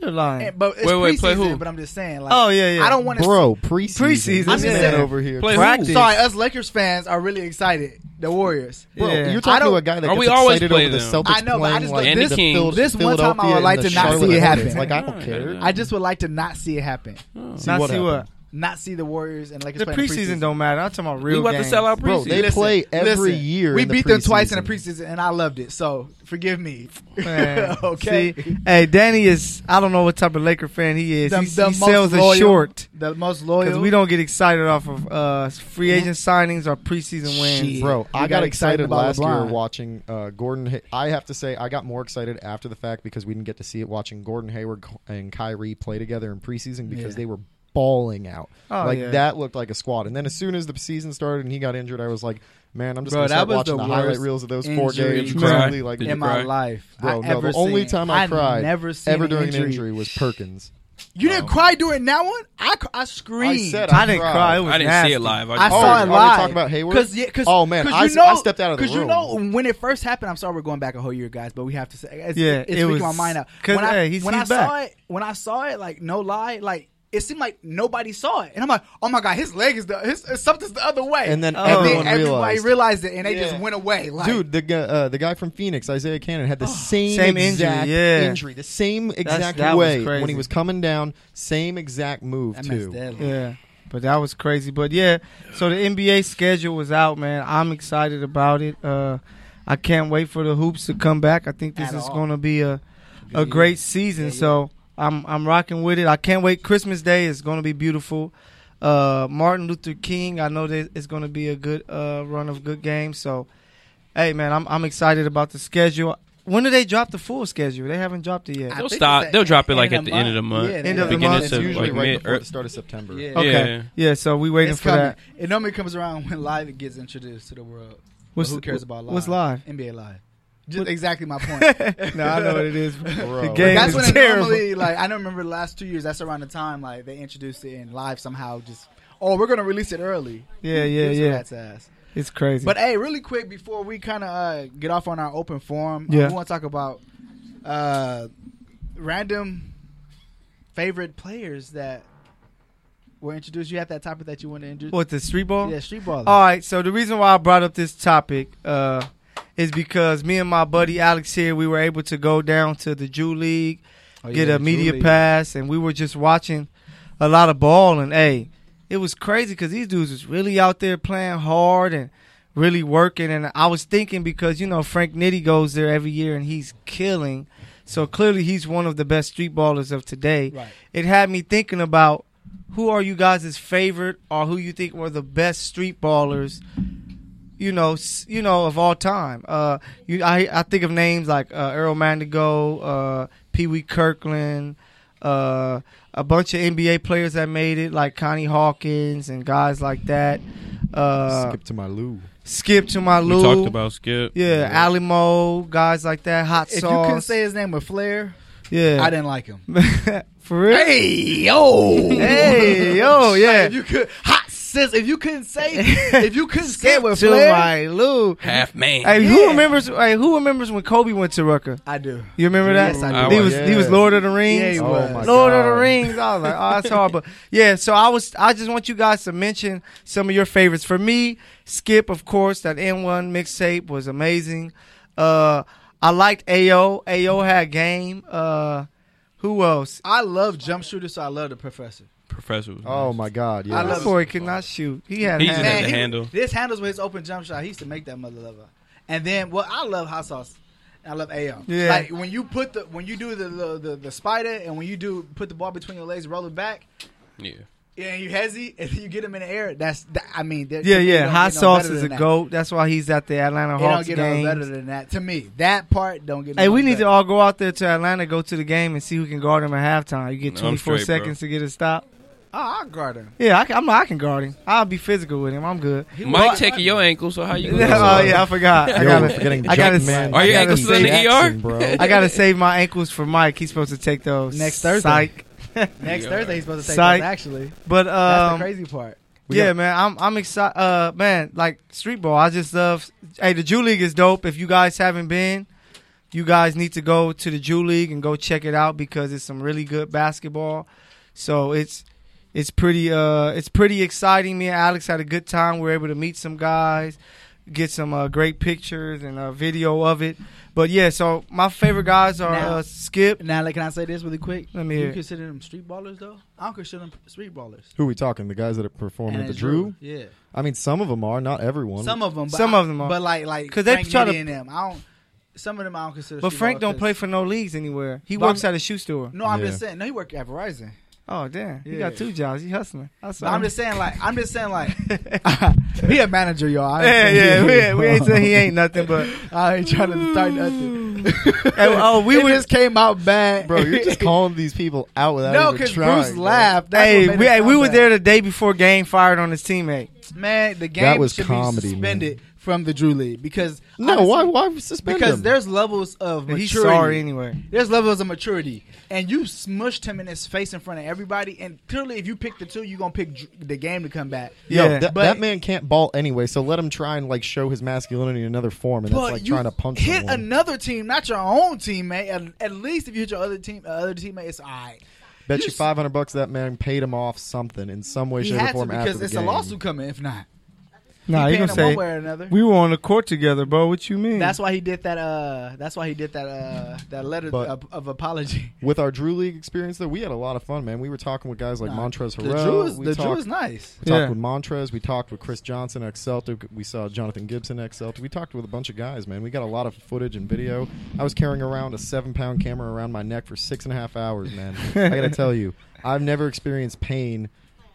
You're lying.
And- but it's
Wait, wait,
preseason.
play who?
But I'm just saying, like,
oh yeah, yeah.
I don't want to.
Bro, preseason.
Preseason,
This
yeah.
man over here.
Play
Practice.
who?
Sorry, us Lakers fans are really excited. The Warriors.
Bro,
Yeah.
you're
I
talking
don't-
to a guy that
Are
gets
we always
excited
play
over the
them?
Celtics
I know, but I
playing
just-
like
Andy
the
King.
Phil-
This one time I would
Philadelphia and
like
the
to not see
Charlotte
it
Hornets.
happen.
Like I don't care.
I just would like to not see it happen.
See
not
what
see what.
happens.
Not see the Warriors and Lakers.
The
play in
preseason don't matter. I'm talking about
We
real.
about to
games.
sell out preseason.
Bro, they
Listen,
play every
listen,
year.
We
in the
beat them twice in the
preseason.
preseason, and I loved it. So forgive me.
Man,
okay.
see? hey, Danny is. I don't know what type of Laker fan he is.
The-
he
the
he
most
sells
loyal-
a short
The most
because
loyal.
we don't get excited off of uh, free agent signings or preseason wins.
Shit.
Bro,
We
I got,
got excited
excited
about
last
LeBron.
year watching uh, Gordon. Hay- I have to say, I got more excited after the fact because we didn't get to see it watching Gordon Hayward and Kyrie play together in preseason because
Yeah.
they were balling out.
Oh,
like
yeah.
that looked like a squad. And then as soon as the season started and he got injured, I was like, man, I'm just
Bro,
gonna
that
start
was
watching
the
the, highlight
worst
reels of those four
injury
games.
Did you cry?
Literally, like
Did
in
you
my
cry?
life.
Bro,
I
no,
ever
the only
seen.
time I cried
never seen
ever
an
during
injury.
an injury was Perkins.
You didn't cry during that one. I cr- I
I
screamed.
said
I didn't cry. It was
I didn't
nasty.
see it live. I,
I
just-
saw
are
it
we
live.
talking about Hayward?
Cause, yeah, 'cause-
Oh, man,
'cause
I
you
s-
know,
I stepped out of the
'cause you
room.
know when it first happened. I'm sorry, we're going back a whole year, guys, but we have to say it's,
Yeah,
it's
it
freaking
was-
my mind out.
'cause,
when I,
hey, he's-
when I
he's
saw
back.
it, when I saw it, like no lie, like it seemed like nobody saw it, and I'm like, oh my god, his leg is the his something's the other way,
And then
everyone
everybody realizalized
realized.
it, and they
Yeah.
just went away, like,
Dude, the gu- uh, the guy from Phoenix, Isaiah Cannon, had the same,
Same injury,
exact
yeah.
injury, the same exact
that was
way
crazy.
when he was coming down, same exact move
That
too.
man's deadly.
Yeah, but that was crazy. But yeah, so the NBA schedule was out, man. I'm excited about it. Uh, I can't wait for the hoops to come back. I think this
At
is
all.
going to be a a great season. So I'm I'm rocking with it. I can't wait. Christmas Day is going to be beautiful. Uh, Martin Luther King. I know that it's going to be a good uh, run of good games. So, hey, man, I'm I'm excited about the schedule. When do they drop the full schedule? They haven't dropped it yet.
I
They'll
think
stop-
it's
they'll drop it, like,
end
at the end of the month.
Yeah,
End of the
Month,
Beginning
it's
to,
usually
like,
right
mid-
before
er-
the start of September.
Yeah.
Okay. Yeah. So we waiting
It's
for
coming.
that.
It normally comes around when live gets introduced to the world. But who cares about live?
What's live?
NBA live. Just exactly my point.
no, I know what it is.
Bro.
The game
that's
is
when it
terrible.
normally like I don't remember the last two years. That's around the time like they introduced it in live somehow. Just oh, we're gonna release it early.
Yeah, yeah,
This
yeah.
rat's ass.
It's crazy.
But hey, really quick before we kind of uh, get off on our open forum,
Yeah.
we want to talk about uh, random favorite players that were introduced. You have that topic that you want to introduce?
what the street ball?
Yeah, street baller.
All right. So the reason why I brought up this topic uh, is because me and my buddy Alex here, we were able to go down to the Jew League,
Oh, yeah,
get
the
a
Jew
media
League.
pass, and we were just watching a lot of ball. And hey, it was crazy because these dudes was really out there playing hard and really working. And I was thinking because you know Frank Nitti goes there every year and he's killing. So clearly he's one of the best street ballers of today.
Right.
It had me thinking about who are you guys' favorite or who you think were the best street ballers you know, s- you know of all time. Uh, you, I, I think of names like uh, Earl Mandigo, uh, Pee Wee Kirkland, uh, a bunch of NBA players that made it, like Connie Hawkins and guys like that. Uh, Skip,
Skip to my
to
Lou.
we
my Lou.
talked about Skip.
yeah, Alamo, guys like that. Hot
If you
sauce.
couldn't say his name with flair, I
yeah,
didn't like him.
for real.
yo,
Hey, yo, yeah.
If you could, hot sis. If you couldn't say, if you couldn't say it with
to
flair,
my Lou.
Half man.
Hey, who
Yeah.
remembers? Hey, who remembers when Kobe went to Rucker?
I do.
You remember that?
Yes, I
do.
He was he was
Yeah.
Lord of the Rings.
Yeah, he
Oh
was.
my
Lord of the
God.
Rings. I was like, oh, that's hard. But yeah, so I was I just want you guys to mention some of your favorites. For me, Skip, of course, that N1 mixtape was amazing. Uh I liked AO. AO had game. Uh who else?
I love jump shooters, so I love the professor.
Professor. was
Oh
nice.
my God! Yeah,
I love
That boy could not shoot. He had
He's
hand-
an had the
he-
handle.
This handles with his open jump shot. He used to make that mother lover. And then, well, I love hot sauce. I love AO.
Yeah.
Like when you put the when you do the the, the, the spider and when you do put the ball between your legs, roll it back,
Yeah.
yeah, and you hezzy, and you get him in the air. That's that, I mean, there-
Yeah,
to me, it
yeah.
don't
Hot
get no
sauce
better
is a
than that.
goat. That's why he's at the Atlanta
It don't
Hawks
get no better
game.
than that to me. That part don't get.
Hey,
no
we need to
better.
all go out there to Atlanta, go to the game, and see who can guard him at halftime. You get
No, I'm
24
straight, bro.
seconds to get a stop.
Oh, I'll guard him.
Yeah, I can, I'm, I can guard him. I'll be physical with him. I'm good.
Mike taking your ankle, so how you?
oh
gonna guard him?
yeah, I forgot. I
Yo,
gotta,
we're forgetting
I gotta,
Jumpman.
Are your
I gotta
ankles still in the
save-
ER?
Jackson, bro.
I gotta save my ankles for Mike. He's supposed to take those
Next Thursday.
Psych.
Next
Yeah.
Thursday he's supposed to take
Psych.
us. Actually,
But
that's the
um,
crazy part.
We
yeah,
got-
man, I'm I'm excited. Uh, man, like street ball, I just love. Hey, the Jew League is dope. If you guys haven't been, you guys need to go to the Jew League and go check it out because it's some really good basketball. So it's it's pretty uh it's pretty exciting. Me and Alex had a good time. We were able to meet some guys, get some uh, great pictures and uh, video of it. But yeah, so my favorite guys are
Now-
uh, Skip.
Now, like, can I say this really quick?
Let me
you
hear it.
consider them street ballers though? I don't consider them street ballers.
Who are we talking? The guys that are performing
And
at the
it's
Drew?
yeah.
I mean, some of them are, not everyone.
Some of them, but
Some
I-
of them are.
but like like because
'Cause they
they Frank
try to-
Nitti and them. I don't. Some of them I don't consider.
But
street
Frank
ballers
don't
'cause-
play for no leagues anywhere. He
But I'm-
works at a shoe store.
No, I'm just
Yeah.
saying. No, he worked at Verizon.
Oh damn, he
Yeah.
got two jobs. He hustling. That's
But
all.
I'm just saying like I'm just saying like
yeah,
he a manager, y'all. I ain't
yeah,
saying
we,
he-
ain't- we ain't saying he ain't nothing, but
I ain't trying to start nothing.
oh, we
It
were-
just came out bad,
Bro, you're just calling these people out without
no,
even
because
trying.
Bruce
bro.
laughed. That's what
hey,
made
we
it
hey,
sound
we were
bad.
there the day before Game fired on his teammate.
Man, the game
was
should
comedy,
be
man.
suspended from the Drew League because
No,
honestly,
why? Why suspend
Because
him?
there's levels of
But
maturity.
he's sorry anyway.
There's levels of maturity, and you smushed him in his face in front of everybody. And clearly, if you pick the two, you're gonna pick Dr- the game to come back.
Yo,
Yeah.
that,
But-
that man can't ball anyway, so let him try and like show his masculinity in another form, and that's
but
like
you
trying to punch
hit
someone.
another team, not your own teammate. At, at least if you hit your other team, uh, other teammate, it's all right.
Bet
you
you
s-
five hundred bucks that man paid him off something in some way,
He
shape, or
had to
form after
because
the
it's
game.
a lawsuit coming. If not,
Nah,
he
you
paying
gonna
him one
say
way or another.
we were on the court together, bro? What you mean?
that's why he did that. Uh, that's why he did that. Uh, that letter
But-
of, of apology.
With our Drew League experience, though, we had a lot of fun, man. We were talking with guys like
Nah,
Montrez
The
Harrell.
Drew is
we
the Drew
talked,
is nice.
we talked
Yeah.
with Montrez. We talked with Chris Johnson, ex Celtic. We saw Jonathan Gibson, ex Celtic. We talked with a bunch of guys, man. We got a lot of footage and video. I was carrying around a seven pound camera around my neck for six and a half hours, man. I gotta tell you, I've never experienced pain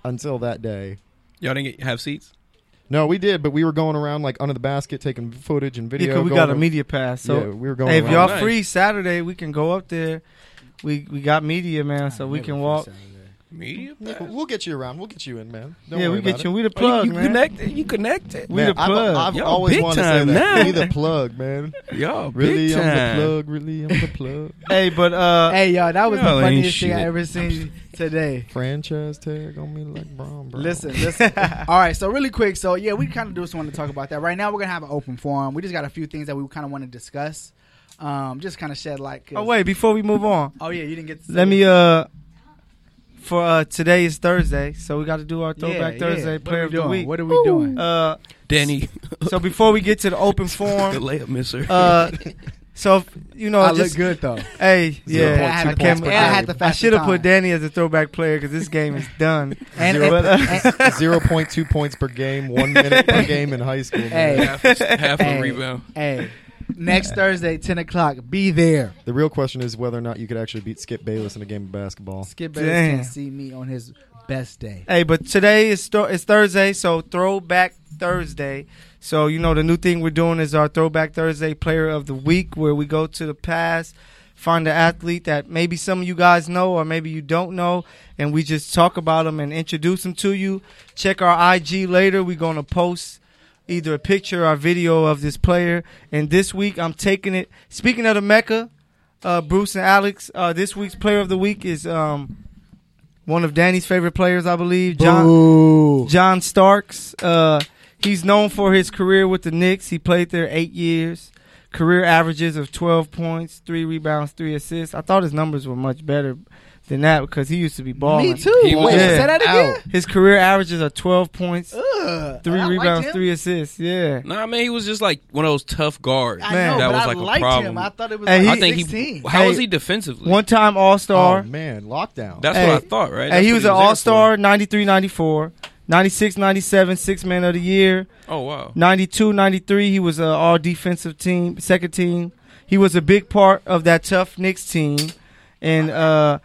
until that day.
Y'all didn't get, have seats.
No, we did, but we were going around like under the basket, taking footage and video.
because we
going
got a
over-
media pass. So
yeah, we were going.
hey, if
around.
y'all
Nice.
free Saturday, we can go up there. We we got media man, so we can walk.
Media.
Yeah, we'll get you around. We'll get you in, man. Don't
yeah,
worry
we
about
get you.
It.
We the plug,
Oh, you, you
man.
connected. You connected.
We the
I've-
plug.
I've,
Yo,
always
big
wanted to say
time
that.
now.
We the plug, man.
Y'all
Really,
big
I'm
time.
the plug. Really, I'm the plug.
Hey, but uh,
Hey, y'all, that was
Y'all
the
ain't
funniest thing I
shit.
ever seen today.
Franchise tag on me like Brown. Brown.
Listen, listen. All right, so really quick. So yeah, we kind of just want to talk about that. Right now, we're gonna have an open forum. We just got a few things that we kind of want to discuss. Um, just kind of shed light. 'cause-
oh wait, before we move on,
Oh yeah, you didn't get. To say
Let
it.
me uh for uh today is Thursday, so we got to do our
Yeah,
throwback
yeah.
Thursday
What
player
are
of
we
the
doing?
week.
What are we doing?
Uh
Danny.
so before we get to the open
the
form,
layup misser.
uh so you know
Oh, I look
just
good though.
hey,
Zero
And I
point
yeah.
had
I,
two
the fast-
can't-
points per
and I had
game.
the
I
fastest
should have put
time.
Danny as a throwback player cuz this game is done.
And,
Zero.
But, uh,
Zero point two points per game, one minute per game in high school. Man.
Hey.
half, half
Hey.
a rebound.
hey, next Thursday, ten o'clock. Be there.
The real question is whether or not you could actually beat Skip Bayless in a game of basketball.
Skip Bayless
Damn.
can see me on his best day.
Hey, but today is th- it's Thursday, so Throwback Thursday. So you know the new thing we're doing is our Throwback Thursday Player of the Week, where we go to the past, find an athlete that maybe some of you guys know or maybe you don't know, and we just talk about them and introduce them to you. Check our IG later. We're gonna post either a picture or video of this player. And this week I'm taking it. Speaking of the Mecca, uh, Bruce and Alex, uh, this week's Player of the Week is. Um, one of Danny's favorite players, I believe, John
Boo.
John Starks. Uh, he's known for his career with the Knicks. He played there eight years. Career averages of 12 points, three rebounds, three assists. I thought his numbers were much better than that because he used to be balling.
Me too.
He was-
Wait,
Yeah.
say that again.
His career averages are 12 points,
Ugh.
three
I liked
rebounds,
him.
three assists. Yeah.
Nah, man, he was just like one of those tough guards.
I
Man.
know,
that
but
was
I
like
liked
a problem.
him. I thought it was
And
like
he-
I
he,
think
16.
he. How
Hey,
is he defensively?
One time All Star.
Oh man, lockdown.
That's
Hey.
what I thought, right?
and
That's
he
what
was an
there
All Star 93 94, 96 97, six man of the year.
for. Oh wow.
92, 93, he was uh, all defensive team, second team. He was a big part of that tough Knicks team, and uh,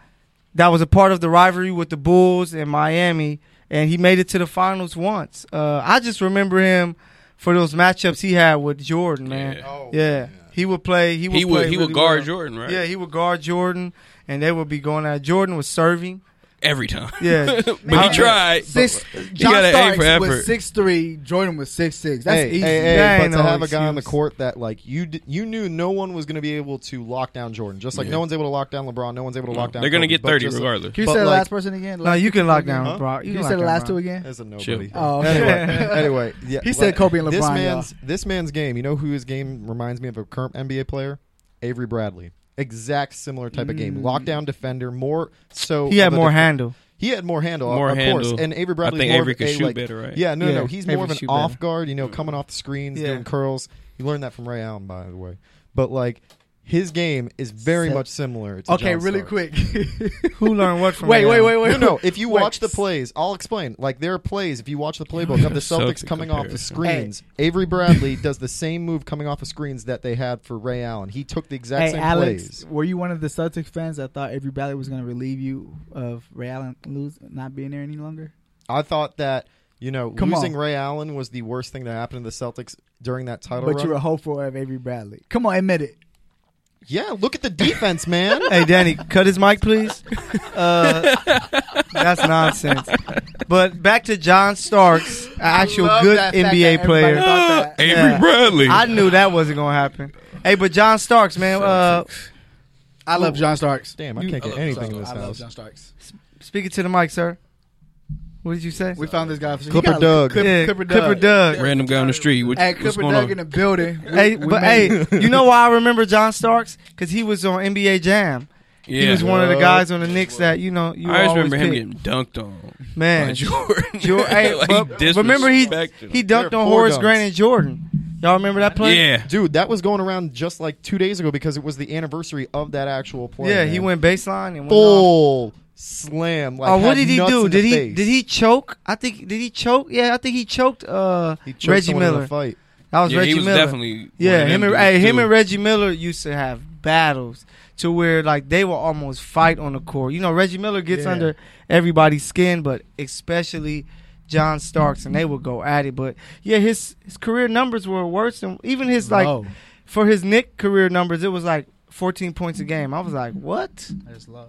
that was a part of the rivalry with the Bulls and Miami. And he made it to the finals once. Uh, I just remember him for those matchups he had with Jordan, man.
Yeah.
Yeah, he would play. He would.
He would
play
he would
really
guard
well.
Jordan right
Yeah, he would guard Jordan, and they would be going at Jordan was serving.
every time.
Yeah.
but he tried.
Six,
got
John
an A
Starks
for effort.
was six three. Jordan was six six. That's
hey,
easy.
hey, hey,
That
but
ain't
to
no
have a guy on the
excuse.
court that like you d- you knew no one was going to be able to lock down Jordan, just like
Yeah.
no one's able to lock down LeBron, no one's able to lock down.
They're gonna
Kobe,
get
but
30
just-
regardless.
Can you
but
say the
like-
last person again?
No, you can lock down,
Huh?
bro. You,
You, said
can lock
the
down
last
Bron.
two again.
As a nobody.
Chill.
Oh, okay.
anyway, anyway, yeah,
He said Kobe and
This
LeBron,
man's this man's game. You know who his game reminds me of a current NBA player, Avery Bradley. Exact similar type of game, lockdown defender. More so,
Mm. He had
of a
more
def-
handle.
He had more handle,
More
of course.
handle.
And Avery Bradley,
think
more
Avery
of
could
a,
shoot
like-
better, right?
Yeah, no,
Yeah,
no, he's
Avery
more of an
shoot better.
off guard. You know, coming off the screens,
Yeah.
doing curls. You learned that from Ray Allen, by the way. But like his game is very
Set.
much similar. To
Okay,
John
really
Starks.
quick.
Who learned what from
wait,
Ray
wait,
Allen?
wait, wait.
No, no. If you
Wait.
watch the plays, I'll explain. Like there are plays. If you watch the playbook of the
Celtic
Celtics coming off the
comparison.
screens, Avery Bradley does the same move coming off the screens that they had for Ray Allen. He took the exact
Hey,
same
Alex,
plays.
were you one of the Celtics fans that thought Avery Bradley was going to relieve you of Ray Allen lose not being there any longer?
I thought that you know
Come
losing
on.
Ray Allen was the worst thing that happened to the Celtics during that title
But
run.
you were hopeful of Avery Bradley. Come on, admit it.
yeah, look at the defense, man.
Hey, Danny, cut his mic, please. Uh, that's nonsense. But back to John Starks, an actual
Love
good
that fact
NBA
that everybody
player.
thought that.
Avery
Yeah.
Bradley.
I knew that wasn't going to happen. Hey, but John Starks, man, uh,
I love John Starks.
Damn, I can't
I
get
love
anything
John
in this
I love
house.
John Starks.
speaking to the mic, sir. What did you say?
We found this guy. He
Clipper
got a-
Doug.
Clip-
Yeah,
Clipper Doug.
Clipper Doug.
Random guy on the street. What,
Hey,
what's
Clipper
going
Doug in
on?
the building. We-
Hey,
we
but
made it.
hey, you know why I remember John Starks? Because he was on NBA Jam. He was one of the guys on the Knicks that you know you
I just
always
remember him
pick.
getting dunked on by
man.
Jordan.
Jor- hey,
Like,
but
disrespected
remember he
him.
he
There are
dunked
four
on Horace
dunks.
Grant and Jordan. Y'all remember that play?
yeah.
Dude, that was going around just like two days ago because it was the anniversary of that actual play.
yeah. He
man.
went baseline and went off.
full slam. Like,
Oh, what did
had
he
nuts
do?
in the
Did he
face.
did he choke? I think did he choke? Yeah, I think he choked. Uh,
He choked
Reggie
someone in a
Miller.
fight.
That was
yeah,
Reggie
he was
Miller.
definitely.
yeah, him and hey, him and
Red.
Reggie Miller used to have battles to where like they will almost fight on the court. You know, Reggie Miller gets
Yeah.
under everybody's skin, but especially John Starks, and they would go at it. But yeah, his his career numbers were worse than even his like
Low.
for his Nick career numbers. It was like 14 points a game. I was like, what?
That's low.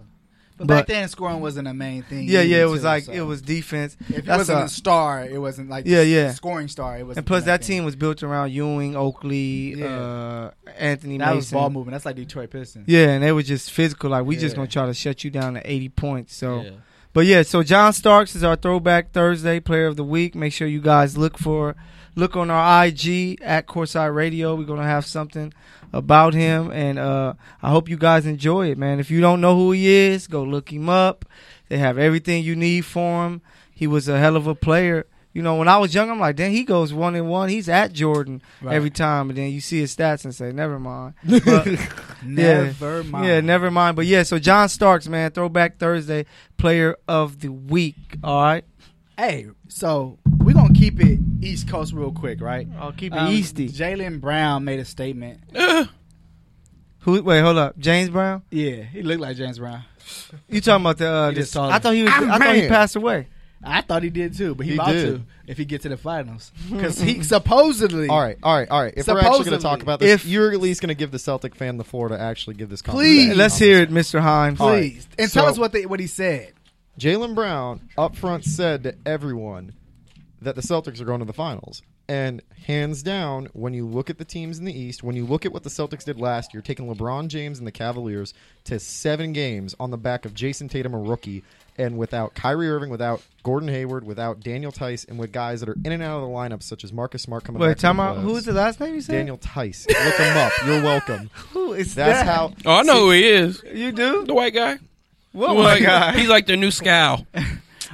But,
But-
back then, scoring wasn't a main thing.
Yeah, yeah. It
either,
was
too,
like
so.
it was defense.
If it
That's
wasn't
a-
a star, it wasn't like
Yeah, yeah.
scoring star. It was
and plus, that team was built around Ewing, Oakley,
Yeah.
uh, Anthony
that
Mason.
was ball movement. That's like Detroit Pistons.
Yeah, and they were just physical. Like we just
Yeah.
gonna try to shut you down to eighty points. So, but yeah, so John Starks is our Throwback Thursday Player of the Week. Make sure you guys look for look on our IG at Courtside Radio. We're gonna have something about him, and uh, I hope you guys enjoy it, man. If you don't know who he is, go look him up. They have everything you need for him. He was a hell of a player. You know, when I was young, I'm like, damn, he goes one and one. He's at Jordan
Right.
every time, and then you see his stats and say, never mind.
Never mind.
Yeah, never mind. But yeah, so John Starks, man, Throwback Thursday Player of the Week. All right,
Hey, so we're gonna keep it East Coast real quick, right?
I'll keep it
Um,
easty.
Jalen Brown made a statement.
Who? Wait, hold up, James Brown.
Yeah, he looked like James Brown.
You talking about the? Uh,
He just
this-
saw
I
him.
thought he was. i
I'm
thought he
mad.
passed away.
I thought he did too, but he,
He
about
did.
to if he get to the finals because he supposedly.
All right, all right, all right. If we're actually going
Supposedly.
to talk about this,
If-
if you're at least going to give the Celtic fan the floor to actually give this
Please.
conversation.
Let's hear it, Mr. Himes.
All right.
please and tell
So-
us what they, what he said.
Jalen Brown up front said to everyone that the Celtics are going to the finals. And hands down, when you look at the teams in the East, when you look at what the Celtics did last year, taking LeBron James and the Cavaliers to seven games on the back of Jason Tatum, a rookie, and without Kyrie Irving, without Gordon Hayward, without Daniel Tice, and with guys that are in and out of the lineup, such as Marcus Smart coming
Wait,
back. from
time out.
the
Who's the
playoffs.
last name you said?
Daniel Tice. Look him up. You're welcome.
Who is
That's
that?
how.
Oh, I know who he is.
you do.
The white guy.
What
Like,
God.
He's like the new Scowl.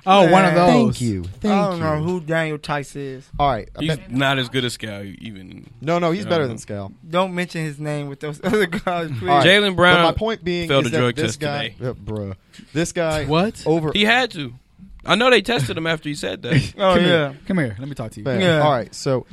Oh, one of
Man.
those.
Thank you. Thank
I don't
you.
know who Daniel Tice is.
All right. I
He's
bet-
not as good as Scowl e- even.
no, no, he's
Yeah.
better than Scale.
Don't mention his name with those other guys, please.
All right.
Jalen Brown
But my point being
failed
is
a drug
that this
test
guy,
today.
Yeah, bruh, this guy,
What?
over?
He had to. I know they tested him after he said that.
Oh
Come
yeah.
Here. Come here. Let me talk to you.
Bam.
Yeah.
All right, so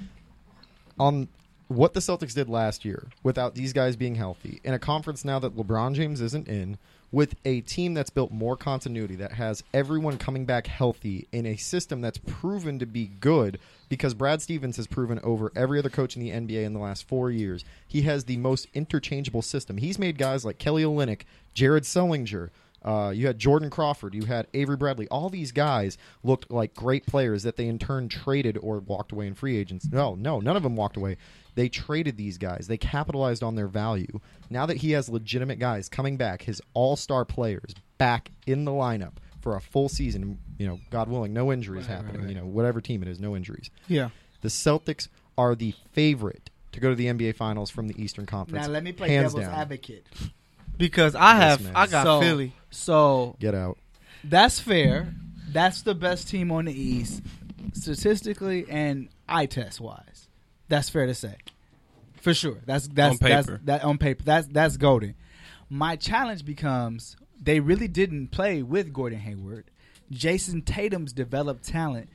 on what the Celtics did last year without these guys being healthy in a conference now that LeBron James isn't in with a team that's built more continuity that has everyone coming back healthy in a system that's proven to be good because Brad Stevens has proven over every other coach in the NBA in the last 4 years he has the most interchangeable system he's made guys like Kelly Olynyk Jared Sellinger uh, you had Jordan Crawford, you had Avery Bradley. All these guys looked like great players that they in turn traded or walked away in free agents. No, no, none of them walked away. They traded these guys. They capitalized on their value. Now that he has legitimate guys coming back, his all-star players back in the lineup for a full season, you know, God willing, no injuries happening, you know, whatever team it is, no injuries.
Yeah.
The Celtics are the favorite to go to the NBA finals from the Eastern Conference.
Now let me play
Hands
devil's
down.
advocate.
Because I
Yes,
have,
man.
I got
so,
Philly.
So
Get out.
that's fair. That's the best team on the East, statistically and eye test wise. That's fair to say, for sure. That's that's
On
that's
paper.
that on paper. That's that's golden. My challenge becomes they really didn't play with Gordon Hayward. Jason Tatum's developed talent.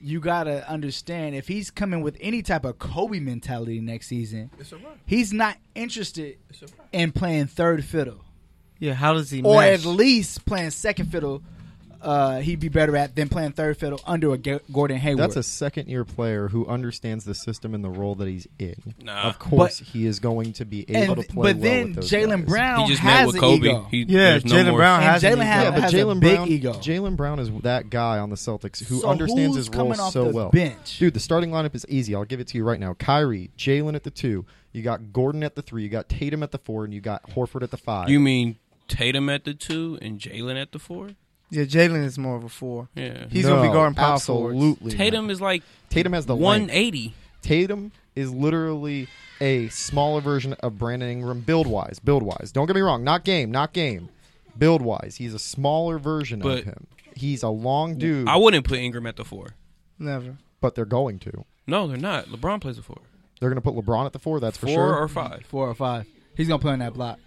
You gotta understand if he's coming with any type of Kobe mentality next season,
It's a wrap.
he's not interested
It's a wrap.
in playing third fiddle
Yeah, how does he?
or
mesh?
at least playing second fiddle, uh, he'd be better at than playing third fiddle under a Ga- Gordon Hayward.
That's a second year player who understands the system and the role that he's in.
Nah.
Of course, he is going to be able
and,
to play
but
well
then
with those
Jalen
guys.
Brown
He just met
has
with
an
Kobe.
ego.
He,
yeah,
there's no
Jalen
more-
Brown
And
has an
Jalen
ego.
has-
Yeah, but
has a
Jalen
big
Brown,
ego.
Jalen Brown is that guy on the Celtics who
So who's
understands his role
coming off
so
the
well.
bench?
Dude, the starting lineup is easy. I'll give it to you right now. Kyrie, Jalen at the two. You got Gordon at the three. You got Tatum at the four, and you got Horford at the five.
You mean Tatum at the two and Jalen at the four?
yeah, Jalen is more of a four.
Yeah.
He's gonna be guarding power forwards.
absolutely. not.
Tatum is like
Tatum has the length.
180.
Tatum is literally a smaller version of Brandon Ingram build wise. Build wise. Don't get me wrong. Not game. Not game. Build wise. He's a smaller version
But-
of him. He's a long dude,
I wouldn't put Ingram at the four.
Never.
but they're going to.
No, they're not. LeBron plays the four.
They're going to put LeBron at the four. That's for
four
sure.
or five.
four or five. He's gonna play on that block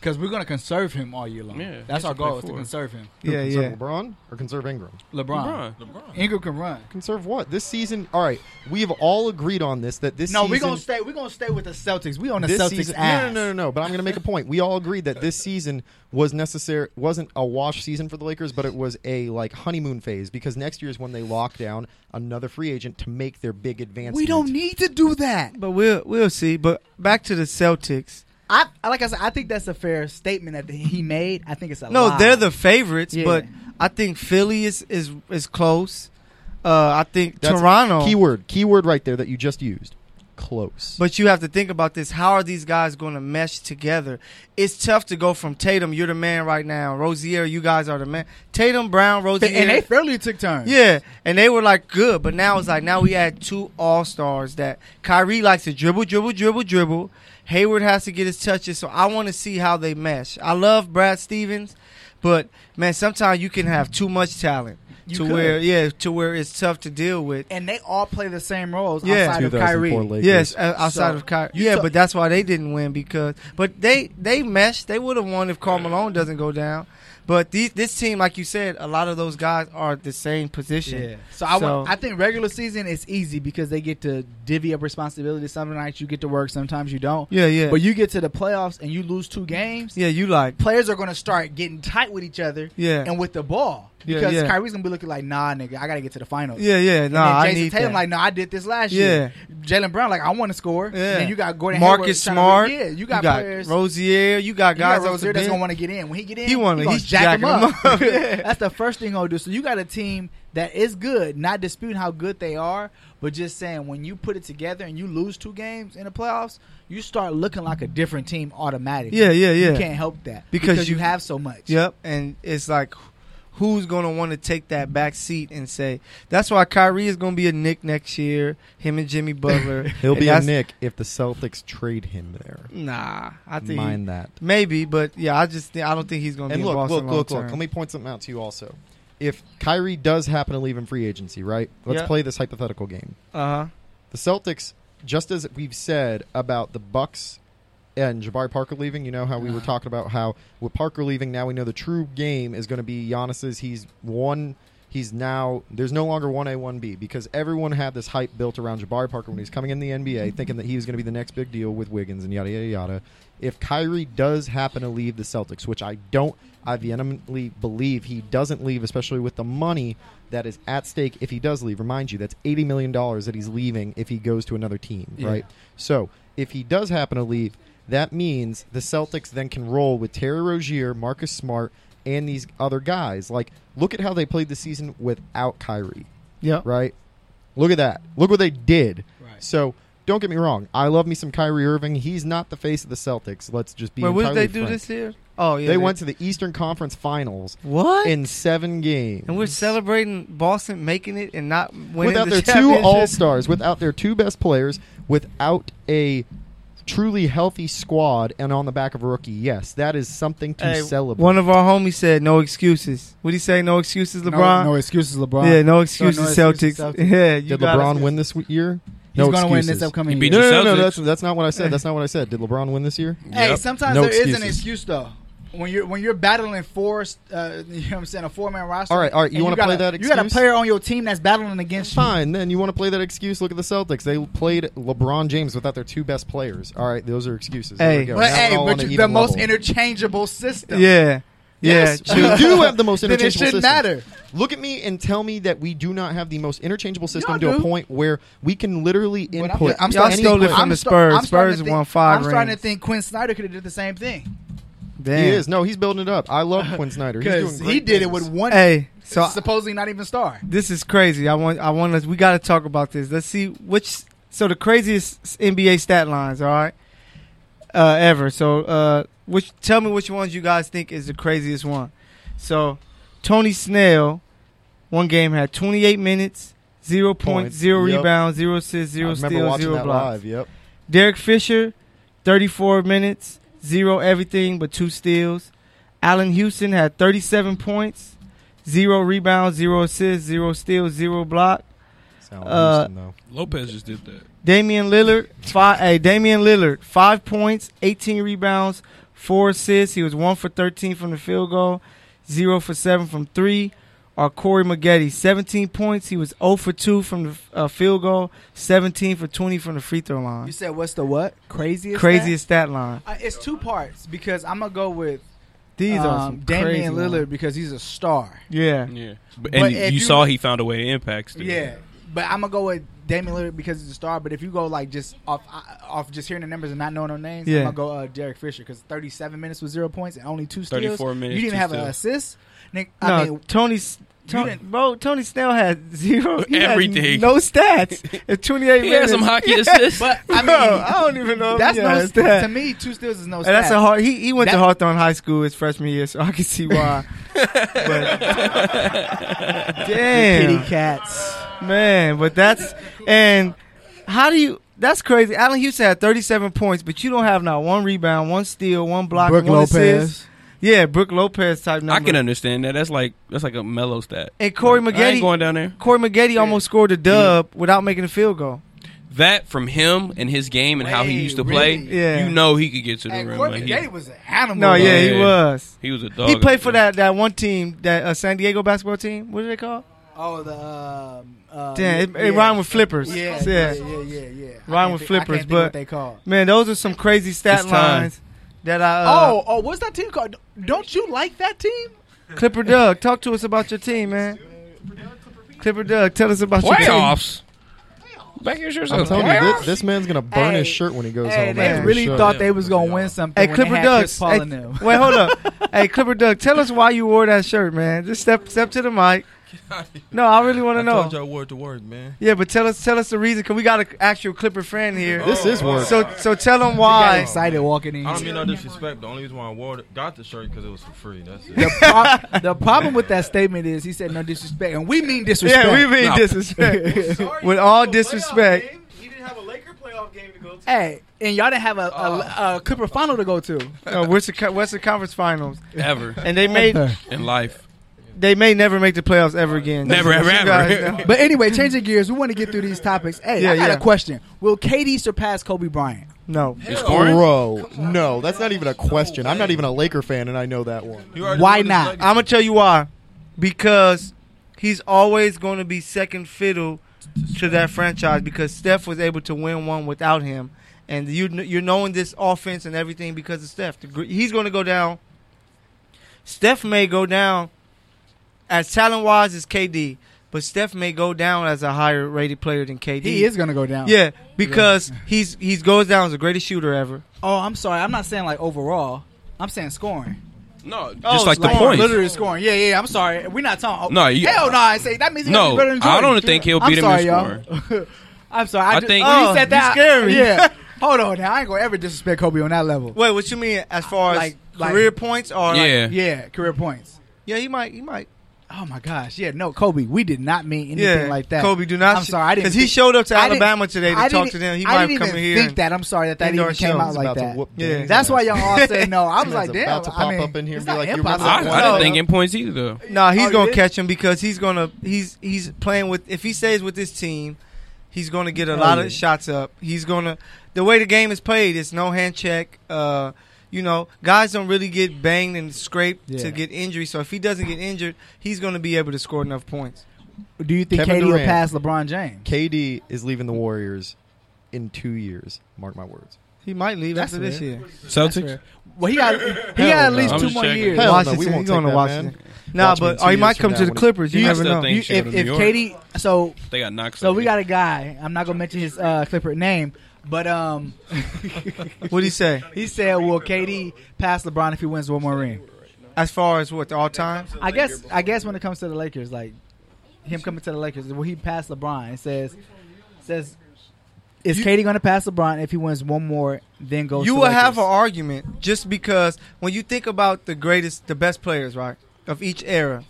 because we're gonna conserve him all year long.
Yeah, he
That's
has
our
to play
goal is to
four.
conserve him.
Who,
Yeah,
conserve
yeah.
LeBron or conserve Ingram.
LeBron.
LeBron.
LeBron.
Ingram can run.
Conserve what? This season. All right. We have all agreed on this. That this
No,
season.
we're gonna stay. We're gonna stay with the Celtics. We on the
this
Celtics
season,
ass.
No, no, no, no, no. But I'm going to make a point. We all agreed that this season was necessary. wasn't a wash season for the Lakers, but it was a like honeymoon phase because next year is when they lock down another free agent to make their big advancement.
We don't need to do that.
But we'll we'll see. But back to the Celtics.
I like I said. I think that's a fair statement that he made. I think it's a
No,
lie.
they're the favorites,
Yeah.
but I think Philly is is is close. Uh, I think
That's
Toronto.
Keyword, keyword right there that you just used. Close.
But you have to think about this. How are these guys going to mesh together? It's tough to go from Tatum, you're the man right now. Rozier, you guys are the man. Tatum, Brown, Rozier.
and they fairly took turns.
yeah, and they were like good, but now it's like now we add two all stars that Kyrie likes to dribble, dribble, dribble, dribble. Hayward has to get his touches, so I want to see how they mesh. I love Brad Stevens, but man, sometimes you can have too much talent
You
to
could.
where yeah, to where it's tough to deal with.
and they all play the same roles
Yeah.
outside of Kyrie.
2004 Lakers.
Yes, uh, outside
So,
of Kyrie.
you
Yeah,
took-
but that's why they didn't win because. But they they meshed. They would have won if Carl Malone doesn't go down. But these, this team, like you said, a lot of those guys are at the same position.
Yeah. So I
So-
want, I think regular season is easy because they get to divvy up responsibility. Some nights you get to work, sometimes you don't.
Yeah, yeah,
But you get to the playoffs and you lose two games.
yeah. You like
Players are going to start getting tight with each other
yeah,
and with the ball
Yeah,
because
yeah.
Kyrie's going to be looking like, nah, nigga, I got to get to the finals.
yeah, yeah.
And
No,
then
nah, I
Jason
need
Tatum
that.
like, no, I did this last
Yeah.
year. Jalen Brown like, I want to score.
Yeah.
And then you got Gordon
Marcus
Hayward trying to-
Smart.
yeah, you got, players.
Rozier. You got
You got
guys.
Rozier that's
that's
gonna want to get in. When he get in,
He wanna-
gonna
he's jacking him up. Yeah.
That's the first thing he'll do. So you got a team that is good, not disputing how good they are, but just saying when you put it together and you lose two games in the playoffs, you start looking like a different team automatically.
Yeah, yeah, yeah.
You can't help that
Because
you,
you-
have so much.
Yep, and it's like who's going to want to take that back seat and say that's why Kyrie is going to be a Nick next year. Him and Jimmy Butler.
He'll
And
be a
that's-
Nick if the Celtics trade him there.
Nah, I think he-
Mind that.
Maybe, but yeah, I just think, I don't think he's going to be in
And look,
Boston
look,
long
look, look.
term.
Let me point something out to you also. If Kyrie does happen to leave in free agency, right? Let's
Yeah.
play this hypothetical game.
uh-huh.
The Celtics, just as we've said about the Bucks and Jabari Parker leaving, you know how we were talking about how with Parker leaving, now we know the true game is going to be Giannis's. He's one He's now there's no longer one A one B because everyone had this hype built around Jabari Parker when he's coming in the NBA, thinking that he was going to be the next big deal with Wiggins and yada yada yada. If Kyrie does happen to leave the Celtics, which I don't, I vehemently believe he doesn't leave, especially with the money that is at stake if he does leave. Remind you, that's eighty million dollars that he's leaving if he goes to another team, right? So if he does happen to leave, that means the Celtics then can roll with Terry Rozier, Marcus Smart, and these other guys. Like, look at how they played the season without Kyrie,
Yeah.
right? Look at that. Look what they did.
Right.
So, don't get me wrong. I love me some Kyrie Irving. He's not the face of the Celtics. Let's just be.
Wait, what did
entirely
they do
frank.
this year? Oh yeah,
they went to the Eastern Conference Finals
what?
in seven games.
and we're celebrating Boston making it and not winning
without
the
their two
championship?
all stars, without their two best players, without a truly healthy squad, and on the back of a rookie. Yes, that is something to
Hey,
celebrate.
One of our homies said, "No excuses." What would he say? No excuses, LeBron.
No, no excuses, LeBron.
Yeah, no excuses, Celtics.
excuses, Celtics.
Yeah, you
Did
gotta-
LeBron win this w- year?
He's
no
going to win this
excuses.
upcoming
He beat
No,
year.
no, no, no,
Celtics.
that's that's not what I said. That's not what I said. Did LeBron win this year?
Hey,
Yep.
sometimes
No
there is an
excuses.
excuse though. When you're when you're battling four, uh, you know what I'm saying, a four man roster.
All right, all right, you
and
wanna
got
play
a-
that
You got a
excuse?
player on your team that's battling against you.
Fine. Then you want to play that excuse? Look at the Celtics. They played LeBron James without their two best players. All right, those are excuses. There
Hey.
we go.
But
Now
hey,
we're all
but
on an
you- the
even
most
level.
interchangeable system.
Yeah, yeah.
Yes, we do have the most
Then it
interchangeable
shouldn't matter.
system. Look at me and tell me that we do not have the most interchangeable system
Y'all
to a
do.
point where we can literally
But
input.
I'm, I'm
Y'all
starting
any
to
stole it
player.
from
I'm
the
sta-
Spurs.
I'm starting to
Spurs
think-
won five
I'm starting
rings.
to think Quinn Snyder could have did the same thing
Damn.
He is no, he's building it up. I love Quinn Snyder. He's doing
because
great
he did it
things.
with one.
Hey, so I-
supposedly not even star.
this is crazy. I want. I want us. We got to talk about this. Let's see which. So the craziest NBA stat lines. All right. Uh, ever. So uh, which? Tell me which ones you guys think is the craziest one. So Tony Snell, one game had 28 minutes, zero points,
Points.
zero
Yep.
rebounds, zero assists,
I
zero
remember
steals,
watching
zero
that
blocks.
live. Yep.
Derek Fisher, 34 minutes, zero everything but two steals. Allen Houston had 37 points, zero rebounds, zero assists, zero steals, zero block.
Sound
Uh,
Houston, though.
Lopez just did that.
Damian Lillard, five. Hey, Damian Lillard, five points, 18 rebounds, four assists. He was one for 13 from the field goal, zero for seven from three. Or Corey Maggette, 17 points. He was 0 for 2 from the uh, field goal, 17 for 20 from the free throw
You
line.
said what's the what craziest?
Craziest stat line.
stat? Uh, it's two parts because I'm gonna go with
These are some
um, Damian
crazy
Lillard
ones.
because he's a star.
Yeah.
Yeah,
But
and
if
you,
you-
saw he found a way to impact. Steve.
Yeah, but I'm gonna go with Damian Lillard because he's a star. But if you go like just off uh, off just hearing the numbers and not knowing their names,
Yeah.
I'm gonna go uh, Derek Fisher because 37 minutes with zero points and only two steals.
34 minutes,
You didn't
two
even have an
steals.
assist. Nick,
No,
I mean,
Tony's. Tony,
didn't-
bro, Tony Snell had zero. he had
Everything.
no stats. At 28
he had
minutes.
some hockey assists.
but I mean,
Bro, I don't even know. if
that's
he
no
had a
stat.
stat.
To me, two steals is no.
And that's
stat.
a hard. He, he went to
That-
Hawthorne High School his freshman year, so I can see why. but damn,
kitty cats.
man, but that's and how do you? That's crazy. Allen Houston had 37 points, but you don't have not one rebound, one steal, one block,
Brooke
one assist.
Lopez.
Yeah, Brooke Lopez type number.
I can understand that. That's like that's like a mellow stat.
And Corey
Like, I ain't
Maggette.
going down there.
Corey Maggette almost scored a dub without making a field goal.
That from him and his game and how he
Wait,
used to
really?
play.
Yeah.
You know he could get to the
And
rim.
Corbin
like, he,
Gay was an animal.
No,
though.
yeah, he
Yeah.
was.
he was a
Oh,
dog.
he played
out
for
there.
that, that one team, that uh, San Diego basketball team. What are they called?
Oh, the um, uh,
Damn, it,
yeah,
it rhymed with flippers.
Yeah, yeah,
yeah.
yeah, yeah. yeah. I
Rhyme
can't think-
with
I
flippers,
can't think
but-
what they call.
Man, those are some crazy stat
It's time.
lines that I. Uh,
oh, oh, what's that team called? Don't you like that team?
Clipper Doug, talk to us about your team, man. Clipper Doug, tell us about your team.
playoffs. Back yourself.
I'm telling you,
playoffs.
this, this man's gonna burn his
Hey,
shirt when he goes
Hey,
home.
they
after the
really
show.
thought they was gonna win something.
Hey,
when
Clipper
they had
Doug.
Chris Paul
hey,
and them.
wait, hold up. hey, Clipper Doug, tell us why you wore that shirt, man. Just step step to the mic. No, I really want to
I
know.
told y'all word to word, man.
Yeah, but tell us tell us the reason because we got an actual Clipper fan here.
This is work.
So so tell them
I got
why.
excited walking in.
I don't mean no disrespect. The only reason why I wore it, got the shirt because it was for free. That's it.
The, prob- the problem with that statement is he said no disrespect, and we mean disrespect.
Yeah, we mean
No.
disrespect. With all disrespect,
Hey, and y'all didn't have a, a, a Clipper final to go to.
uh, Western, Co- Western Conference Finals,
Ever
and they may
in life.
they may never make the playoffs ever again.
Never,
You
ever, ever.
guys know.
But anyway, changing gears, we want to get through these topics. Hey,
Yeah,
I got
yeah.
a question. Will KD surpass Kobe Bryant?
No,
It's boring.
Bro, no, that's not even a question. I'm not even a Laker fan, and I know that one.
You already
Why
know this
not?
legacy.
I'm gonna tell you why. Because he's always going to be second fiddle to that franchise because Steph was able to win one without him, and you kn- you're knowing this offense and everything because of Steph. The gr- He's going to go down. Steph may go down as talent wise as KD, but Steph may go down as a higher rated player than KD.
He is gonna go down.
yeah, because he's he's goes down as the greatest shooter ever.
Oh, I'm sorry. I'm not saying like overall. I'm saying scoring.
No, just
Oh,
like the
scoring.
points.
Literally scoring. Yeah, yeah. I'm sorry. We're not talking.
No, you-
hell no. I say that means he's gonna
No,
be better than
I
Jordan.
don't think he'll
I'm
beat him
sorry,
in
y'all. I'm sorry. I,
I
just,
think-
when
Oh,
you said
you
that.
scared me.
Yeah. Hold on. Now I ain't gonna ever disrespect Kobe on that level.
Wait, what you mean as far as
Like- like-
career points or like-
Yeah.
Yeah. Career points.
yeah, he might he might
Oh my gosh. Yeah. No, Kobe. We did not mean anything
yeah
like that.
Kobe, do not.
I'm sorry. I didn't.
because he
think-
showed up to
I didn't-
Alabama today
I
to talk
didn't-
to them. He
I
might
didn't
come
even
here.
think
and-
that. I'm sorry that that
Indoor
even came
show.
out
It's
like
about to
that.
whoop
Yeah.
Danny's
That's why
ass.
y'all all said no. I was
Man's
like, damn.
about to
I
pop
mean,
up in here
it's
and be
not
like, you
impossible.
remember
I, I
that No.
didn't think in points either. though.
Nah, he's
Oh,
gonna
yeah?
catch him because he's gonna he's he's playing with if he stays with this team, he's gonna get a
Hell
lot
yeah.
of shots up. He's gonna the way the game is played, it's no hand check. Uh, you know, guys don't really get banged and scraped
Yeah.
to get injury. So if he doesn't get injured, he's gonna be able to score enough points.
Do you think
Kevin
KD will
Durant.
pass LeBron James?
KD is leaving the Warriors in two years. Mark my words.
He might leave
That's
after this
fair.
year.
Celtics.
Well, he got he got at
no.
least
I'm
two
just
more
checking.
years.
Hell no, we
Washington,
won't
he's
take
going to
that,
Washington.
man.
Nah,
Watch him in
but
two
or he
years
might
from
come to
now
the
when he-
Clippers. You
I
never
still
know.
think
You-
should
if
go to
if
New York.
Katie, so
They got knocked.
so we got a guy. I'm not gonna mention his uh, Clipper name, but um,
What do you say
he said, "Will KD pass LeBron if he wins one more ring?"
as far as what all time?
I guess I guess when it comes to the Lakers, like him coming to the Lakers, will he pass LeBron? It says says is Katie going to pass LeBron if he wins one more? Then goes.
you
to
will
Lakers?
have an argument just because when you think about the greatest, the best players, right, of each era,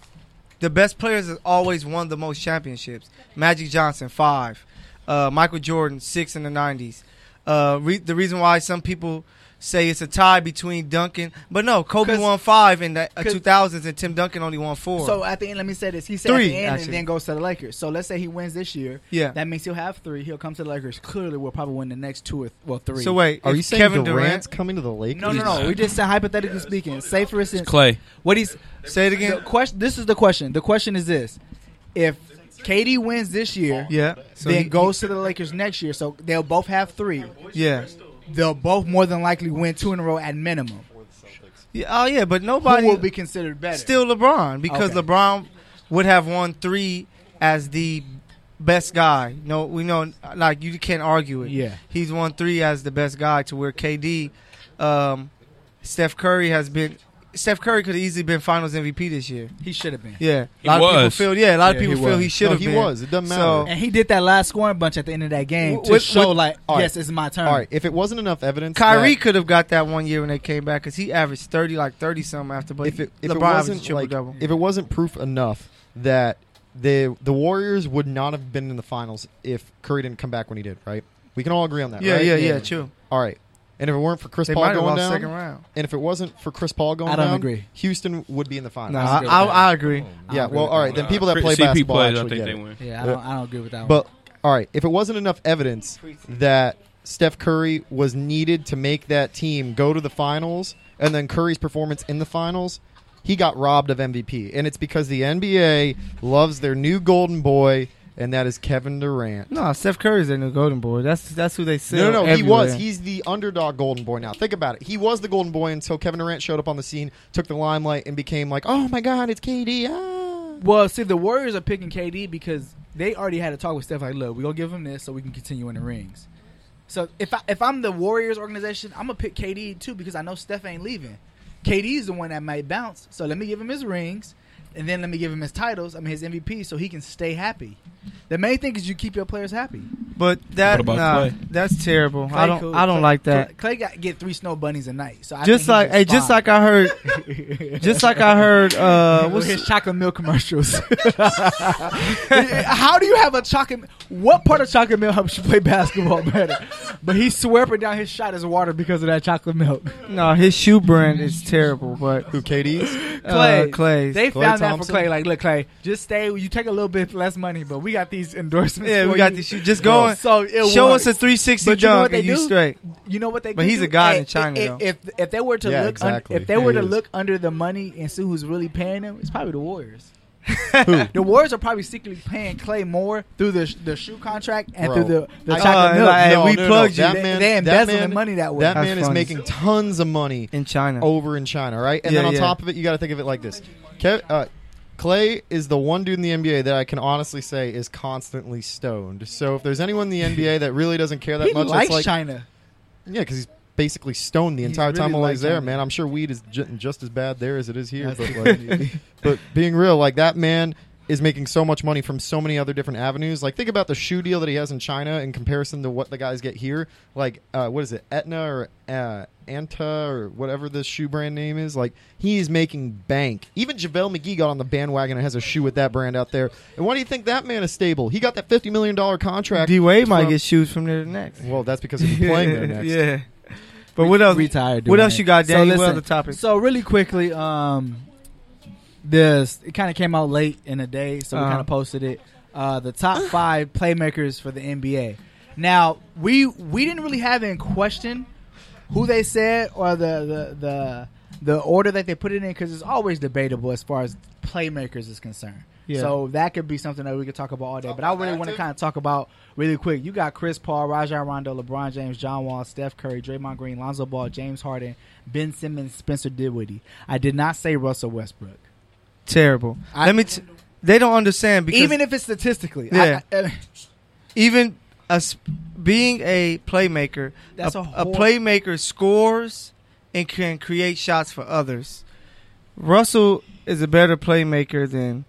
the best players has always won the most championships. Magic Johnson five, uh, Michael Jordan six in the nineties. Uh, re- the reason why some people say it's a tie between Duncan, but no, Kobe
'Cause-
won five in the uh,
cause-
two thousands, and Tim Duncan only won four.
So at the end, let me say this. He said at
Three,
the end
actually.
and then goes to the Lakers. So let's say he wins this year.
Yeah.
That means he'll have three. He'll come to the Lakers. Clearly, we'll probably win the next two or well three.
So wait,
Are
if
you saying
Kevin
Durant's
Durant?
coming to the Lakers?
No, no, no. We just said hypothetically speaking. Say for instance,
Clay.
what he's
Say it
the
again.
question. This is the question. The question is this: If KD wins this year,
Yeah. So
then
he-
goes to the Lakers next year, so they'll both have three.
Yeah.
They'll both more than likely win two in a row at minimum.
yeah. Oh yeah, but
Who
nobody
will be considered better?
still LeBron because
Okay.
LeBron would have won three as the best guy. No, we know like you can't argue it.
Yeah.
he's won three as the best guy to where KD, um, Steph Curry has been. Steph Curry could have easily been Finals MVP this year.
he should have been.
Yeah, a
He
lot of
was.
people feel. Yeah, a lot
Yeah,
of people
he
feel
was.
he should have.
he
been.
was. It doesn't matter.
So,
And he did that last scoring bunch at the end of that game to
With-
show,
with-
like,
all right.
yes, it's my turn.
All right. If it wasn't enough evidence,
Kyrie
that
could have got that one year when they came back because he averaged thirty, like thirty something after. But
if it, if
LeBron
it
averaged
wasn't
triple
like,
double.
if it wasn't proof enough that the the Warriors would not have been in the finals if Curry didn't come back when he did, right? We can all agree on that.
Yeah,
right?
yeah, yeah, true.
All right. And if it weren't for Chris
They
Paul
might have
going
lost
down,
second round.
and if it wasn't for Chris Paul going
I don't
down,
agree.
Houston would be in the finals.
No,
That's
I,
a good
I,
point.
I agree.
yeah.
agree
Well,
with
all
that.
right. Then people that play
CP
basketball
players, I
actually
think
get
they
it.
win.
Yeah, I don't, I don't agree with that
But all right, if it wasn't enough evidence that Steph Curry was needed to make that team go to the finals, and then Curry's performance in the finals, he got robbed of MVP, and it's because the NBA loves their new golden boy, and that is Kevin Durant.
No, Steph Curry's their new golden boy. That's that's who they sell.
No, no, no. He
everywhere.
was. He's the underdog golden boy now. Think about it. He was the golden boy until Kevin Durant showed up on the scene, took the limelight, and became like, oh my God, it's KD. Ah.
one. Well, see, the Warriors are picking KD because they already had a talk with Steph. Like, look, we're going to give him this so we can continue in the rings. So if, I, if I'm the Warriors organization, I'm going to pick KD too because I know Steph ain't leaving. KD is the one that might bounce. So let me give him his rings and then let me give him his titles, I mean, his MVP, so he can stay happy. The main thing is you keep your players happy.
but that
What about
nah,
Clay?
that's terrible. I don't
Clay-
I don't
Clay-
like that.
Clay got get three snow bunnies a night. So I
just like hey, just like I heard, just like I heard. Uh,
with
what's,
his chocolate milk commercials. How do you have a chocolate? What part of chocolate milk helps you play basketball better? But he's swerving down his shot as water because of that chocolate milk.
no, his shoe brand is terrible. But
Who, KD's?
Clay, uh, Clay,
they
Clay
found that for
Thompson.
Clay. Like, look, Clay, just stay. You take a little bit less money, but we got these endorsements.
yeah,
for
we got
you.
these shoes. Just go and
So it
show
works.
us a three sixty
But you know what
dunk,
they
and you
do?
straight.
You know what they?
But
could
he's
do?
a god in
If-
China,
If
though.
if, if they were to
Yeah,
look, un-
exactly.
if they were
He
to
is.
look under the money and see who's really paying them, it's probably the Warriors. the Warriors are probably secretly paying Clay more through the the shoe contract and
Bro.
through the the
I-
chocolate
Uh,
milk.
like, Hey,
No,
we
no, no,
plugged
that
you. They-
man-
they
that
embezzling
man-
money that way.
That
That's
man is
funny.
making tons of money
in China.
Oh,
over in China, all right? And
Yeah,
then on
yeah.
top of it, you got to think of it like this: Kev, uh, Clay is the one dude in the NBA that I can honestly say is constantly stoned. So if there's anyone in the NBA that really doesn't care that
he
much,
likes
it's like
China.
yeah, because he's basically stoned the
He
entire time
really
while
likes
he's there,
China.
man. I'm sure weed is ju- just as bad there as it is here.
That's
But,
the
like,
funny.
but being real, like that man is making so much money from so many other different avenues. Like think about the shoe deal that he has in China in comparison to what the guys get here. Like uh, what is it, Etna or uh, Anta or whatever the shoe brand name is. Like he is making bank. Even Javale McGee got on the bandwagon and has a shoe with that brand out there. And why do you think that man is stable? He got that fifty million dollar contract.
D Wade might
from-
get shoes from there next.
Well, that's because he's playing there next.
yeah. But what else?
Retired.
What
doing
else
it.
you got,
So
Danny? what
listen,
other topics?
So really quickly, um, this it kind of came out late in the day, so we
Uh-huh.
kind of posted it. Uh, the top five playmakers for the NBA. Now we we didn't really have in question who they said or the the the, the order that they put it in because it's always debatable as far as playmakers is concerned.
Yeah.
So that could be something that we could talk about all day. But I
about
really
that
want to
too.
kind of talk about really quick. You got Chris Paul, Rajon Rondo, LeBron James, John Wall, Steph Curry, Draymond Green, Lonzo Ball, James Harden, Ben Simmons, Spencer Dinwiddie. I did not say Russell Westbrook.
Terrible. Let me. T- they don't understand because
Even if it's statistically,
Yeah.
I, eh, I,
even us being a playmaker,
That's
a,
a
a
whole-
playmaker scores and can create shots for others. Russell is a better playmaker than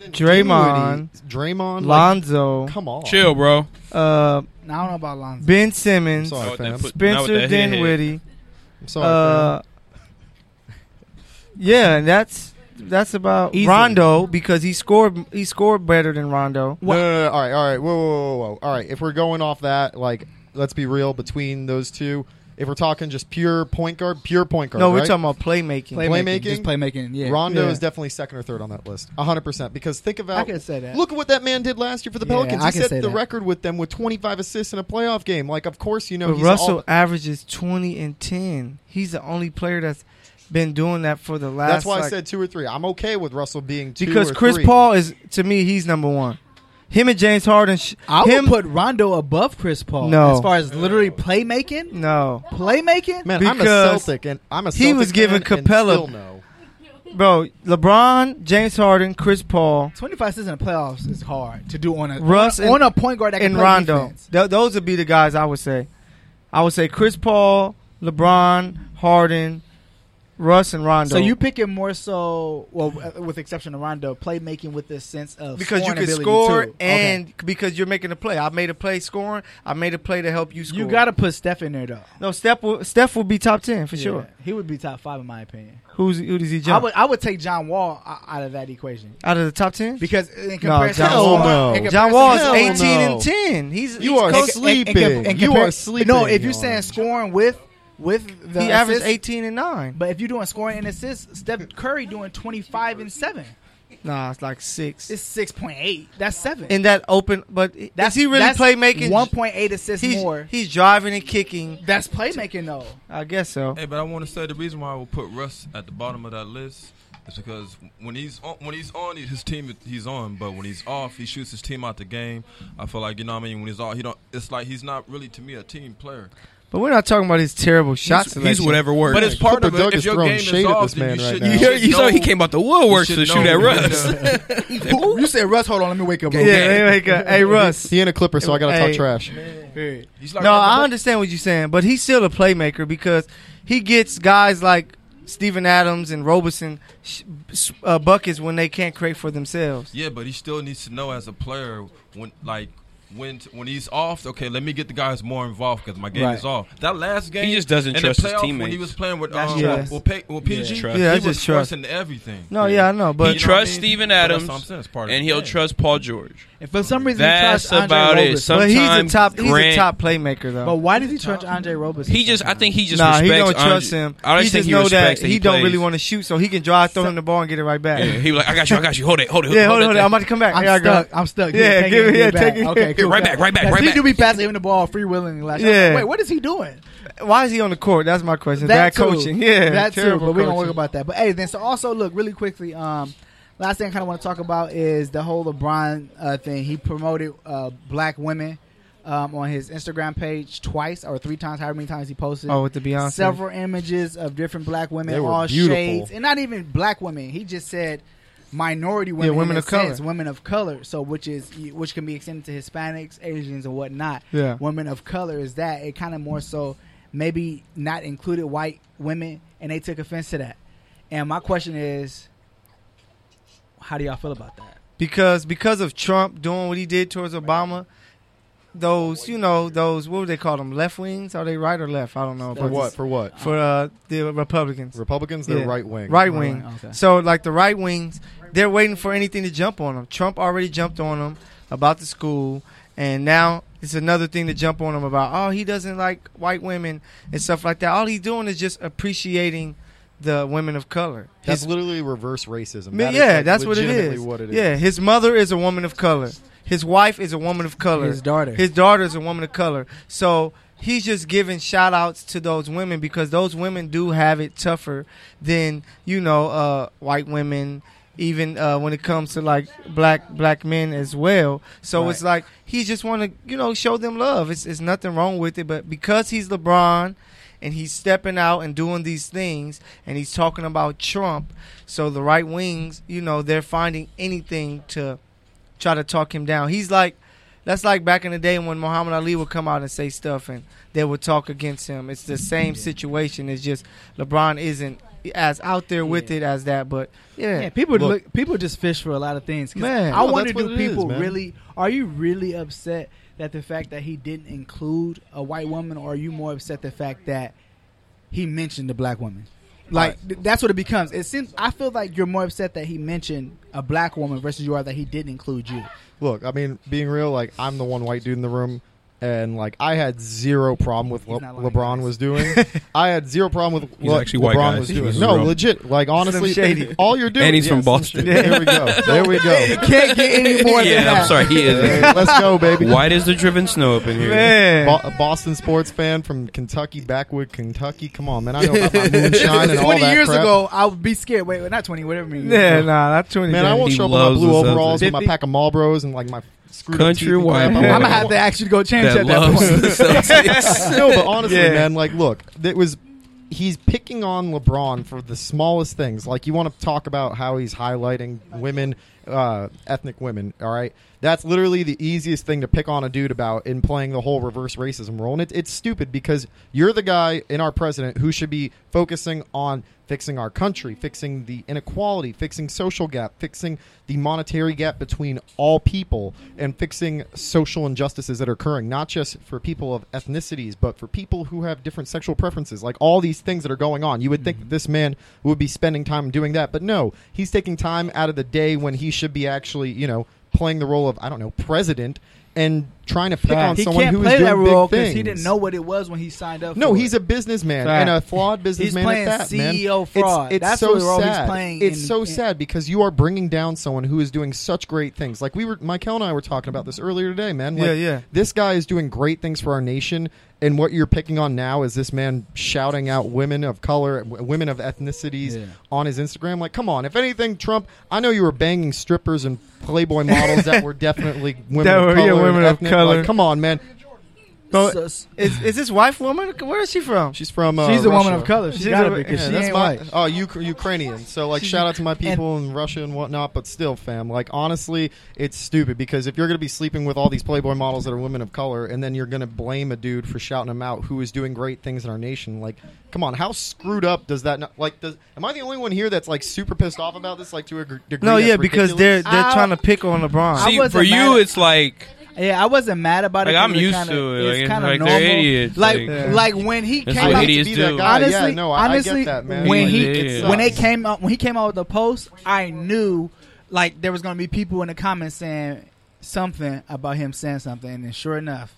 Draymond.
Dinwiddie, Draymond, like,
Lonzo,
come on,
Chill, bro.
uh,
I don't know about Lonzo.
Ben Simmons,
Sorry,
Not with that
fam.
Oh, put- not with
Spencer
that head.
Dinwiddie.
I'm sorry,
Uh, yeah, and that's that's about
Easily.
Rondo because he scored he scored better than Rondo.
No, no, no, no. All right, all right. Whoa, whoa, whoa, whoa. All right. If we're going off that, like, let's be real between those two. If we're talking just pure point guard, pure point guard.
No, we're
right?
talking about playmaking.
Playmaking?
just playmaking. Yeah,
Rondo
Yeah.
is definitely second or third on that list, 100. percent Because think about,
I can say that.
look at what that man did last year for the
Yeah,
Pelicans.
I
He
can
set
say
the
that.
record with them with 25 assists in a playoff game. Like, of course, you know
but
he's
Russell
all-
averages twenty and ten. He's the only player that's been doing that for the last.
that's why I
like-
said two or three. I'm okay with Russell being two
because
or
Chris
three.
Paul is to me he's number one. Him and James Harden. Sh-
I
him,
would put Rondo above Chris Paul
No.
as far as literally playmaking.
no,
Playmaking.
Man, I'm a
because
Celtic, and I'm a Celtic
he was giving
fan and
Capella-
still no.
bro. LeBron, James Harden, Chris Paul,
Twenty-five assists in the playoffs is hard to do on a
Russ
on, on
and-
a point guard that can
and
play
Rondo.
defense.
Th- those would be the guys I would say. I would say Chris Paul, LeBron, Harden, Russ, and Rondo.
So you picking more so, well, uh, with exception of Rondo, playmaking with this sense of
because you
scoring
can
ability,
score
too. Okay.
and because you're making a play. I made a play scoring. I made a play to help you score.
you got to put Steph in there though.
no Steph. Will, Steph will be top ten for
Yeah.
sure.
he would be top five in my opinion.
Who's who does he
I
jump
would I would take John Wall o- out of that equation
out of the top ten?
because in
John
comparison,
Wall. Hell
in
no.
comparison-
John Wall is
Hell
18
no.
and 10. He's
You
he's
are
close.
so sleeping. You
compar-
are sleeping.
No, if you're
Giannis.
saying scoring with with the
he averaged
assists,
18 and 9.
but if you're doing scoring and assists, Steph Curry doing 25 and seven,
Nah, it's like 6.
it's 6.8. That's seven.
in that open, but that's,
that's
is he really
that's
playmaking?
1.8 assists
he's,
more.
he's driving and kicking.
That's playmaking though.
I guess so.
Hey, but I want to say the reason why I would put Russ at the bottom of that list is because when he's on, when he's on his team he's on, but when he's off, he shoots his team out the game. I feel like you know what I mean. When he's off, he don't. It's like he's not really to me a team player.
But we're not talking about his terrible shot
He's,
selection.
he's whatever works.
But it's part
Cooper
of
Doug
it.
is
If your
throwing
game
shade
is
at
off,
this
then
man
you
right
should.
you,
now.
should
hear- you know he
know-
came out the woodworks
You
to
should
shoot
know.
at Russ.
you said Russ. Hold on, let me wake up.
Yeah, hey, wake up. Hey, Russ.
He ain't a Clipper, so I got to
Hey.
talk trash.
He's like
No,
Russell
I
Westbrook.
understand what you're saying, but he's still a playmaker because he gets guys like Steven Adams and Robeson sh- s- uh, buckets when they can't create for themselves.
Yeah, but he still needs to know as a player when like when when he's off. Okay, let me get the guys more involved because my game
Right.
is off. That last game,
just doesn't
in
trust
the
his
playoff, When
teammates.
he was playing with
That's
um,
trust.
with, P- with PG,
Yeah, trust.
Yeah,
he
that's
was
just trust.
forcing everything.
No, yeah, I know,
he
but
You know what I
trusts
mean?
Steven
But that's
Adams,
what I'm saying, it's part of
and
the
he'll
game.
trust Paul George.
If for some reason
That's
he trusts Andre
about it.
Robeson.
Some-
but he's a
Sometimes
top. He's a
Grant-
top playmaker though.
but why does he trust Andre Robeson?
He just, I think he just
nah, he
respects.
don't trust
Andre-
him.
I
he
just think
just
he
know that
respects that
he, don't
plays.
really want to shoot, so he can drive, throw him the ball, and get it right back.
Yeah,
Yeah,
he was like, I got you, I got you. Hold it, hold it,
hold on, hold
that-
on. I'm about to come back.
I'm
yeah, I got-
stuck. I'm stuck.
Yeah,
take
give it- yeah,
it back.
take it.
Okay,
Here, right back, right back,
Because
right
he
back.
do be passing him the ball freewheeling. Last yeah.
Yeah.
Like, Wait, what is he doing?
Why is he on the court? That's my question.
That
Bad
too.
coaching. Yeah,
that too.
terrible
But we don't
coaching.
worry about that. But hey, then so also look really quickly. Um, Last thing I kind of want to talk about is the whole LeBron uh, thing. He promoted uh, black women um, on his Instagram page twice or three times, however many times he posted.
Oh, with the Beyonce.
Several images of different black women,
They were
all
beautiful.
shades, and not even black women. He just said minority women,
women
in a
of color.
sense, women of color. So, which is which can be extended to Hispanics, Asians, and whatnot.
Yeah.
women of color is that it kind of more so maybe not included white women, and they took offense to that. And my question is, how do y'all feel about that?
because because of Trump doing what he did towards Obama, those you know those what would they call them left wings? Are they right or left? I don't know.
For what? For what?
For uh, the Republicans,
Republicans, they're
Yeah.
right wing.
right wing.
Right wing, okay.
So like the right wings, they're waiting for anything to jump on them. Trump already jumped on them about the school, and now it's another thing to jump on them about. Oh, he doesn't like white women and stuff like that. All he's doing is just appreciating the women of color.
That's
His-
literally reverse racism.
I mean,
That is,
yeah,
like,
that's what it
legitimately
is.
What it is.
Yeah, his mother is a woman of color. His wife is a woman of color.
His daughter.
His daughter is a woman of color. So he's just giving shout outs to those women because those women do have it tougher than, you know, uh, white women, even uh, when it comes to like black black men as well. So
Right.
it's like he just want to, you know, show them love. It's, it's nothing wrong with it. But because he's LeBron and he's stepping out and doing these things and he's talking about Trump. So the right wings, you know, they're finding anything to try to talk him down. He's like that's like back in the day when Muhammad Ali would come out and say stuff and they would talk against him. It's the same situation. It's just LeBron isn't as out there with
Yeah.
it as that, but yeah.
Yeah, people
Look-
look, people just fish for a lot of things. 'Cause
Man.
I
No,
wonder
that's what
do
it is,
people
man.
really are you really upset that the fact that he didn't include a white woman, or are you more upset the fact that he mentioned a black woman? Like th- that's what it becomes. It seems I feel like you're more upset that he mentioned a black woman versus you are that he didn't include you.
Look, I mean, being real, like I'm the one white dude in the room, and like I had zero problem with what
not lying,
LeBron
guys.
was doing. I had zero problem with
He's
what
actually
LeBron
white, guys.
was doing.
He's
No,
real.
legit. Like honestly,
Shady.
all you're doing.
And he's
Yeah,
from
Slim
Boston.
Shady. There we go. There we go.
Can't get any more than
Yeah, I'm
that.
sorry. He
Hey,
is.
let's go, baby.
White is the driven snow up in here.
Man.
Bo- a Boston sports fan from Kentucky, backwood Kentucky. Come on, man. I know about my moonshine and all
twenty
that
years
crap.
ago, I would be scared. Wait, wait, not twenty. Whatever. it means.
Yeah, nah, not 20.
Man, I won't
He
show up in my
loves
blue
us,
overalls
doesn't
with my pack of Marlboros and like my screwed up
Country
teeth and
white
crap.
boy.
I'm gonna have to ask you to go change
That
at that
loves
point.
the Celtics.
no, but honestly,
Yeah.
man, like, look, it was. He's picking on LeBron for the smallest things. Like, you want to talk about how he's highlighting women, uh, ethnic women, all right? That's literally the easiest thing to pick on a dude about in playing the whole reverse racism role. And it, it's stupid because you're the guy in our president who should be focusing on fixing our country, fixing the inequality, fixing social gap, fixing the monetary gap between all people, and fixing social injustices that are occurring, not just for people of ethnicities, but for people who have different sexual preferences, like all these things that are going on. You would
Mm-hmm.
think that this man would be spending time doing that, but no, he's taking time out of the day when he should be actually, you know, playing the role of, I don't know, president and trying to pick on
he
someone
can't
who is
play that
doing
role
big things.
he didn't know what it was when he signed up.
No,
for
he's
it.
a businessman
Fact.
and a flawed businessman
playing
at that. man.
CEO
It's-
fraud.
It's,
That's
so
the role he's
sad.
playing
It's
in-
so
in-
sad because you are bringing down someone who is doing such great things. Like we were, Michael and I were talking about this earlier today, man. Like,
Yeah, yeah.
This guy is doing great things for our nation, and what you're picking on now is this man shouting out women of color, w- women of ethnicities
Yeah.
on his Instagram. Like, come on! If anything, Trump, I know you were banging strippers and Playboy models that were definitely women
That
of
were, yeah,
color. and
women of
ethnic. Like,
color.
come on, man.
So-
So- she's
Is, is his wife woman? Where is she from?
She's from. Uh,
a woman
Russia.
of color. She's
She's
gotta
a-
be because
Yeah,
she
that's
ain't
my
white.
oh Uk- Ukrainian. So like shout out to my people in Russia and whatnot, but still, fam. Like honestly, it's stupid because if you're gonna be sleeping with all these Playboy models that are women of color, and then you're gonna blame a dude for shouting him out who is doing great things in our nation, like come on, how screwed up does that? Not, like, does am I the only one here that's like super pissed off about this? Like to a gr- degree?
no,
that's
yeah, because they're
ridiculous?
they're
I-
trying to pick on LeBron.
I
See,
wasn't
for you,
mad.
it's like
Yeah, I wasn't mad about it.
Like, I'm
'cause
used
kinda,
to it. Like,
It's
it's
kind of
like, they're
normal.
idiots.
Like,
Like-
like when he
That's
came
what
out.
Like, to
idiots
be
do.
that guy,
Honestly,
yeah, no, I,
honestly,
I get that, man.
when
Like,
he
it
Yeah.
when they
sucks.
came out when he came out with the post, I knew like there was gonna be people in the comments saying something about him saying something, and sure enough,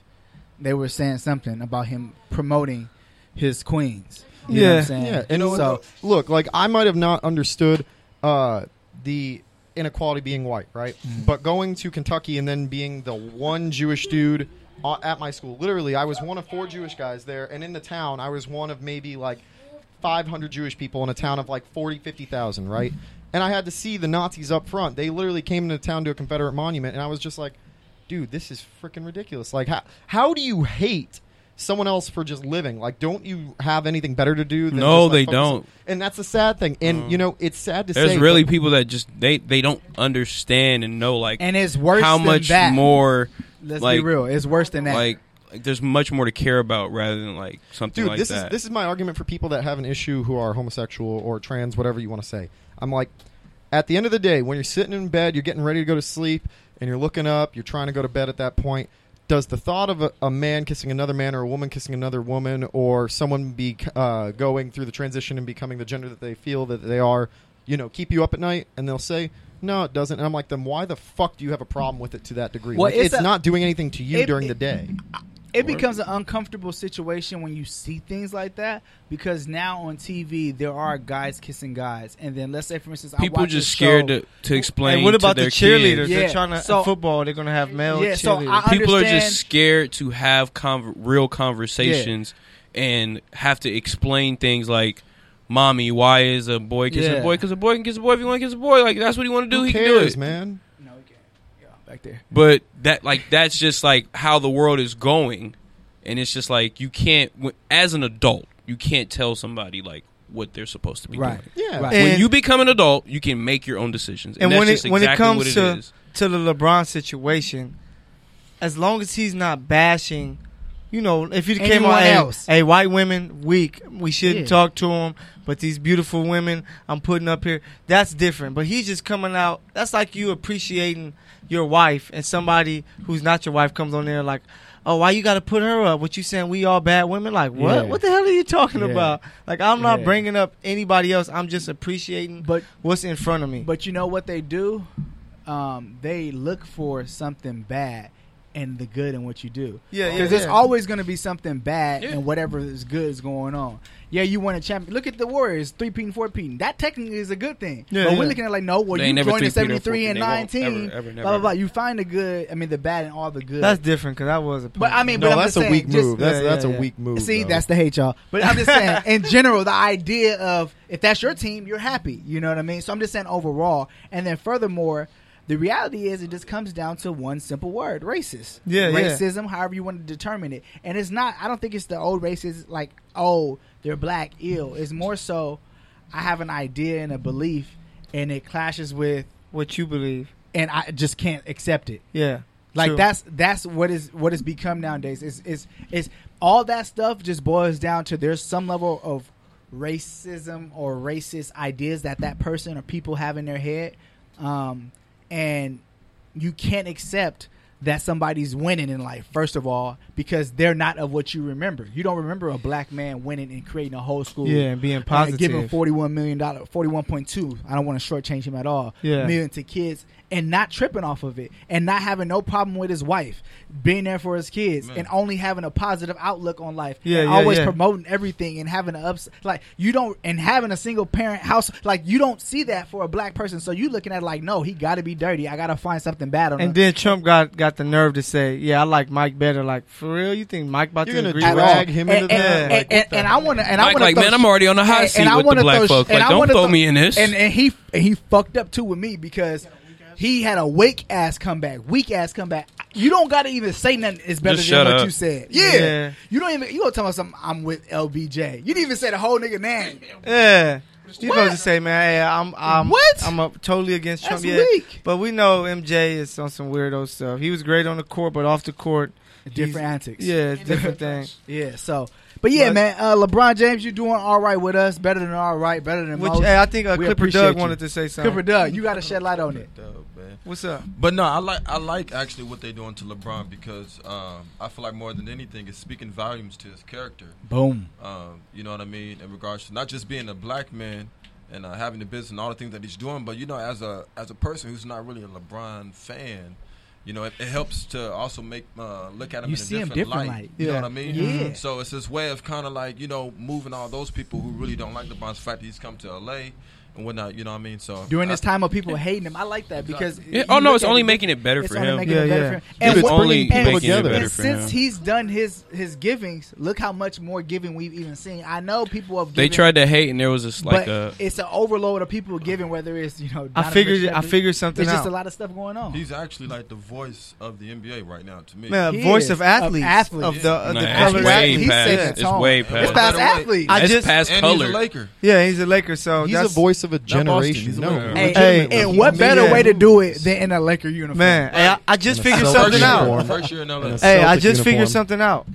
they were saying something about him promoting his queens. You know what
Yeah.
I'm saying?
Yeah, and
so
look, like I might have not understood uh, the inequality being white, right?
Mm-hmm.
But going to Kentucky and then being the one Jewish dude a- at my school, literally, I was one of four Jewish guys there, and in the town, I was one of maybe like 500 Jewish people in a town of like 40, 50,000, right? And I had to see the Nazis up front. They literally came into town to a Confederate monument, and I was just like, dude, this is freaking ridiculous. Like, how, how do you hate someone else for just living? Like, don't you have anything better to do? Than
No,
just, like,
they
focus-
don't.
And that's the sad thing. And, you know, it's sad to
Mm. There's
say.
really
but-
people that just they they don't understand and know like
And it's worse
how
than
much
that.
more
Let's
like
be real. It's worse than that.
like like there's much more to care about rather than like something
Dude,
like
this is
that.
this is my argument for people that have an issue who are homosexual or trans, whatever you want to say. I'm like, at the end of the day, when you're sitting in bed, you're getting ready to go to sleep, and you're looking up, you're trying to go to bed at that point. Does the thought of a, a man kissing another man, or a woman kissing another woman, or someone be uh, going through the transition and becoming the gender that they feel that they are, you know, keep you up at night? And they'll say, "No, it doesn't." And I'm like, "Then why the fuck do you have a problem with it to that degree?
Well,
Like,
it's
it's
a-
not doing anything to you
it-
during the
it-
day."
it becomes an uncomfortable situation when you see things like that because now on TV there are guys kissing guys, and then let's say for instance, I
people
watch
just
a
scared
show-
to, to explain.
And what
to
about the
their
cheerleaders?
kids.
They're
Yeah,
trying to
so-
football. They're going to have male
Yeah,
cheerleaders.
so I-
People are
understand-
just scared to have conver- real conversations and have to explain things like, "Mommy, why is a boy kissing
Yeah.
a boy? Because a boy can kiss a boy if he want to kiss a boy. Like that's what he want to do.
Who
he can do
cares,
it,
man?
No, you can't. Yeah, back there.
But that like that's just like how the world is going, and it's just like you can't w- as an adult you can't tell somebody like what they're supposed to be
Right.
doing.
Yeah.
Right.
And-
when you become an adult, you can make your own decisions, and,
And
that's
when it-
just
when it
exactly
comes
what it is.
to- to the LeBron situation, as long as he's not bashing, you know, if you came
Anyone
on, hey,
else.
hey, white women weak, we shouldn't
Yeah.
talk to them. But these beautiful women I'm putting up here, that's different. But he's just coming out. That's like you appreciating your wife, and somebody who's not your wife comes on there like. Oh, why you got to put her up? What you saying? We all bad women? Like what?
Yeah.
What the hell are you talking
Yeah.
about? Like I'm not
Yeah.
bringing up anybody else. I'm just appreciating
But
what's in front of me.
But you know what they do? Um, they look for something bad and the good in what you do.
Yeah, yeah,
Because there's
yeah.
always going to be something bad
Yeah.
and whatever is good is going on. Yeah, you won a champion. Look at the Warriors, three peating, four peating. That technically is a good thing.
Yeah,
but
yeah.
we're looking at like, no, well,
They ain't
you
never
joined at
three-peated or
73 and
four-peated. They
19.
won't. Ever, ever,
blah,
never.
blah, blah. You find the good, I mean, the bad and all the good.
that's different because I was a.
but I mean,
No,
but I'm
that's
just
a
saying,
weak
just-
move. That's
yeah,
that's a
yeah.
weak move.
See,
though.
that's the hate, y'all. But I'm just saying, in general, the idea of if that's your team, you're happy. You know what I mean? So I'm just saying overall. And then furthermore, the reality is it just comes down to one simple word racist.
Yeah, yeah.
Racism, however you want to determine it. And it's not, I don't think it's the old racist, like, oh, they're black, ill. It's more so, I have an idea and a belief, and it clashes with,
what you believe.
and I just can't accept it.
Yeah.
Like
true.
that's that's what is what it's become nowadays. Is is is all that stuff just boils down to there's some level of racism or racist ideas that that person or people have in their head, um, and you can't accept that somebody's winning in life first of all because they're not of what you remember. You don't remember a black man winning and creating a whole school.
Yeah, and being
Uh,
positive.
giving forty one million dollar, forty one point two. I don't want to shortchange him at all.
Yeah.
million to kids, and not tripping off of it, and not having no problem with his wife, being there for his kids,
Man.
and only having a positive outlook on life.
Yeah,
and
yeah,
always
yeah.
promoting everything and having an ups like you don't and having a single parent house like you don't see that for a black person. So you looking at it like no, he got to be dirty. I got to find something bad on him.
and then Trump got got the nerve to say, "Yeah, I like Mike better." Like for real, you think Mike about
You're
to
gonna
agree
At
with
all.
drag him
and,
into
and,
that?
and-
Like,
and- and I want to and I
Mike,
want to
like, man, I'm already on the hot seat with the black folks. Like, don't throw me in this.
And, and he and he fucked up too with me because he had a weak ass comeback, weak ass comeback. You don't got to even say nothing is better
Just
than
shut
what
up.
you said. Yeah.
Yeah.
you don't even you gonna tell me something. I'm with LBJ. You didn't even say the whole nigga name.
Yeah. You
What?
supposed to say, man, hey, I'm, I'm,
What?
I'm up totally against Trump.
That's
yeah.
weak.
But we know MJ is on some weirdo stuff. He was great on the court, but off the court,
Different
he's-
antics.
Yeah, it's different thing.
yeah. So, but yeah,
But-
man, uh, LeBron James, you doing all right with us. Better than all right. Better than
Which
most.
hey, I think uh,
We
Clipper
appreciate
Doug
you.
wanted to say something.
Clipper Doug, you got to shed light on it.
What's up?
But no, I like I like actually what they're doing to LeBron because um, I feel like more than anything, it's speaking volumes to his character.
Boom.
Um, you know what I mean? In regards to not just being a black man and uh, having the business and all the things that he's doing, but you know, as a as a person who's not really a LeBron fan, you know, it, it helps to also make uh, look at him
You
in a
see him
different,
different
light.
light.
You know
Yeah.
what I mean?
Yeah.
So it's his way of kind of like you know moving all those people who really don't like LeBron's fact that he's come to LA. and whatnot. You know what I mean? So
During
I-
this time of people hating him, I like that because
Yeah,
you
oh, no,
look
it's
at
only
it,
making it better
it's
for
only
him.
making
Yeah,
it better
yeah.
for him.
It's
And
It's
what-
only
and-
making it together.
And
better
for
since
him.
he's done his his givings, look how much more giving we've even seen. I know people have
They
given,
tried to hate, and there was this like uh,
but
a
it's an overload of people giving. Whether it's you know,
I
Donovan
figured I
Mitchell,
figured something
There's
out.
just a lot of stuff going on.
he's actually like the voice of the NBA right now to me.
Man,
He
voice
is
of
of
athletes,
athletes.
of the, of
Nah,
the
it's
colors.
way
He's
past.
setting
It's
tone.
way
It's
past.
It's past
Better way.
athletes.
I
That's
just-
past
and he's
color.
a Laker.
Yeah, he's a Laker, so
He's
that's
a voice of a
Boston,
generation.
he's a
No,
winner.
Hey,
legitimately.
and what
He
better
made
way to
moves.
do it than in a Laker uniform?
man. Hey, I, I just
And a
figured
Celtic
something out.
uniform.
First year in
And
LA.
a
Hey, I
Celtic
just figured
uniform.
something out.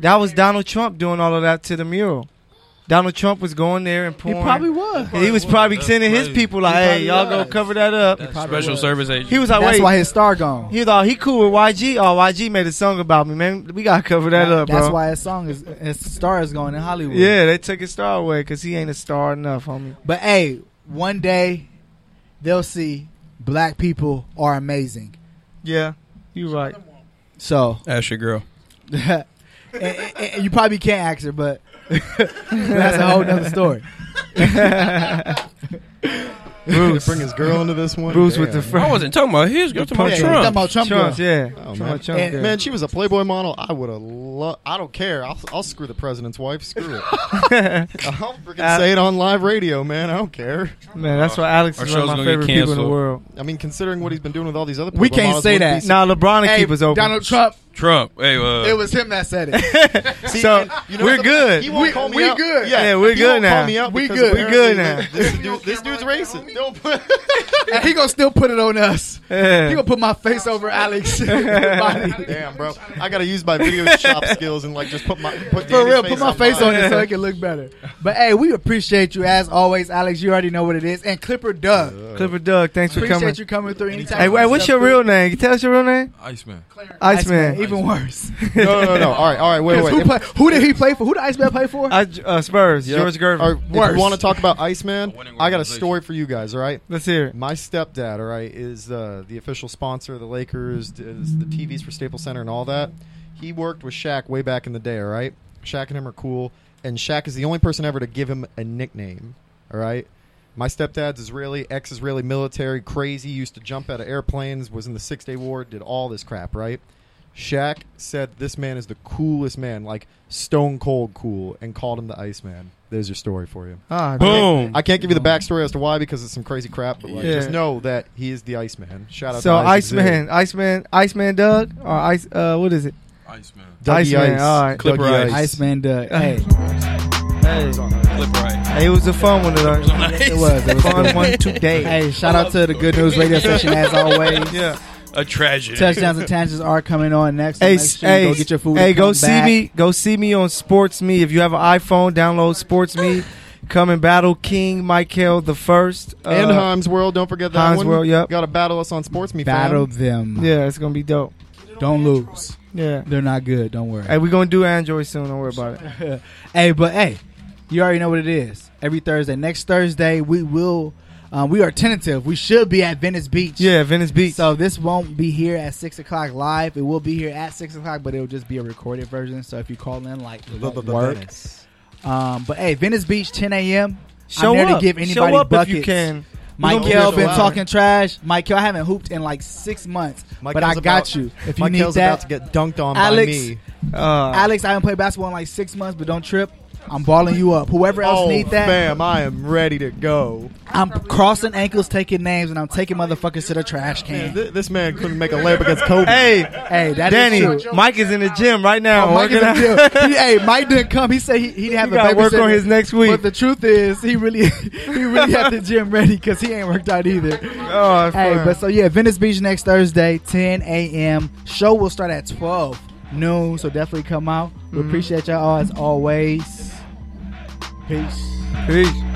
That was Donald Trump doing all of that to the mural. Donald Trump was going there and
he
pouring.
probably was.
He was probably
That's
sending his
crazy.
people like,
He
"Hey,
probably
y'all go
was.
cover that up."
probably
special
was.
service agent.
He was like,
That's
"Wait."
why his star gone.
he thought he cool with YG. Oh, YG made a song about me, man. We gotta cover that up, bro.
That's why his song is his star is going in Hollywood.
Yeah, they took his star away because he ain't a star enough, homie.
But hey, one day they'll see black people are amazing.
Yeah, you right.
So
That's your girl.
and, and- and you probably can't ask her, but that's a whole nother story.
Bruce bring his girl into this one.
Bruce with the
Damn.
fr-
I wasn't talking about his girl. I'm
Yeah,
Talking
you
about
talking
Trump.
about Trump,
Trump,
girl.
yeah.
Oh,
Trump,
man.
Trump,
And-
yeah.
Man, she was a Playboy model. I would have loved. I don't care. I'll, I'll screw the president's wife. Screw it. I'll freaking
Uh,
say it on live radio, man. I don't care.
Man, that's why Alex
Our
is one of
show's
my
gonna get
favorite people in the
canceled.
world.
I mean, considering what he's been doing with all these other,
We
Playboy
can't
models,
say
wouldn't
that.
be su-
Nah, LeBron and
Hey,
keep us open.
Donald Trump.
Trump. Hey, uh,
It was him that said it.
so
You know
we're
something?
good.
He won't
We-
call me
we
out.
good.
Yeah,
Yeah, we're
he won't
good
Call
now.
me out
We
because
good.
We good
apparently
now.
This, dude, this dude's racist. Don't put-
and he gonna still put it on us.
Yeah.
He gonna put my face over Alex. body.
Damn, bro. I gotta use my video shop skills and like just put my put
For
Danny's
real, put my face on
mine.
it so it can look better. But hey, we appreciate you as always, Alex. You already know what it is. And Clipper Doug,
Clifford Doug, thanks for
appreciate
coming.
you coming through anytime.
Hey, wait, what's your
Stuff
real name? You tell us your real name?
Iceman.
Iceman,
Iceman.
even worse.
No, no, no. All right, all right. Wait,
Who,
wait.
play, who did he play for? Who did Iceman play for?
I, uh, Spurs,
Yep.
George Gervin.
All right, if
Worse.
you want to talk about Iceman,
A winning
I got a
organization.
story for you guys. All right.
Let's hear it.
My stepdad, all right, is uh, the official sponsor of the Lakers, is the TVs for Staples Center and all that. He worked with Shaq way back in the day, all right? Shaq and him are cool. And Shaq is the only person ever to give him a nickname, all right? My stepdad's Israeli, ex Israeli military, crazy, used to jump out of airplanes, was in the Six Day War, did all this crap, right? Shaq said this man is the coolest man, like stone cold cool, and called him the Iceman. There's your story for you.
Ah,
boom.
I can't give you the backstory as to why because it's some crazy crap, but like,
Yeah.
just know that he is the Iceman. Shout out
So
to Isaac
Iceman, Iceman, Iceman Doug, or Ice, uh, what is it?
Iceman.
Zero. Dougie
Iceman,
Ice.
all right.
Clipper
Dougie
Ice.
Iceman Doug. Hey,
Hey,
Flip right.
Hey, it was a fun one today.
it was. It was
Fun
good.
one today.
Hey, shout out to the Good News Radio Station as always.
yeah.
A tragedy.
Touchdowns and tangents are coming on next. So
Hey,
make
s-
sure
hey,
you go get your food.
hey,
and
go
come
see
back.
me. Go see me on Sports Me. If you have an iPhone, download Sports Me. Come and battle King Michael the First. Uh,
and Himes World. Don't forget that
Himes
one.
World, yep.
Got to battle us on Sports Me. fam.
Battle them.
Yeah, it's gonna be dope.
Don't lose.
Yeah.
They're not good. Don't worry.
Hey, we're gonna do Android soon. Don't worry about it.
hey, but hey, you already know what it is. Every Thursday, next Thursday, we will. Um, we are tentative. We should be at Venice Beach.
Yeah, Venice Beach.
So this won't be here at six o'clock live. It will be here at six o'clock, but it'll just be a recorded version. So if you call in, like, it won't work. Um, but hey, Venice Beach, ten a.m.
show
I'm there
up.
to give anybody
show up
buckets.
if you can.
We
Michael
gonna be
been
there
talking trash. Michael, I haven't hooped in like six months, but I
Michael's
got
about-
you. If you
Michael's
need that,
about to get dunked on
Alex-
by me.
Uh,
Alex, I haven't played basketball in like six months, but don't trip. I'm balling you up. Whoever else
Oh,
need that,
fam, I am ready to go.
I'm crossing ankles, taking names, and I'm taking motherfuckers to the trash
Man,
can.
thi- this man couldn't make a layup against Kobe.
hey,
hey, that is
Danny,
true.
Mike is in the gym right now.
Oh, Mike is a
working out.
deal. He- hey, Mike didn't come. He said he, he didn't have
He
a
gotta work
babysitter.
on his next week.
But the truth is, he really he really had the gym ready because he ain't worked out either.
Oh, it's
Hey,
fun.
but so yeah, Venice Beach next Thursday, 10 a.m. Show will start at 12 noon, so
Mm-hmm.
definitely come out. We appreciate y'all as always. Peace.
Peace.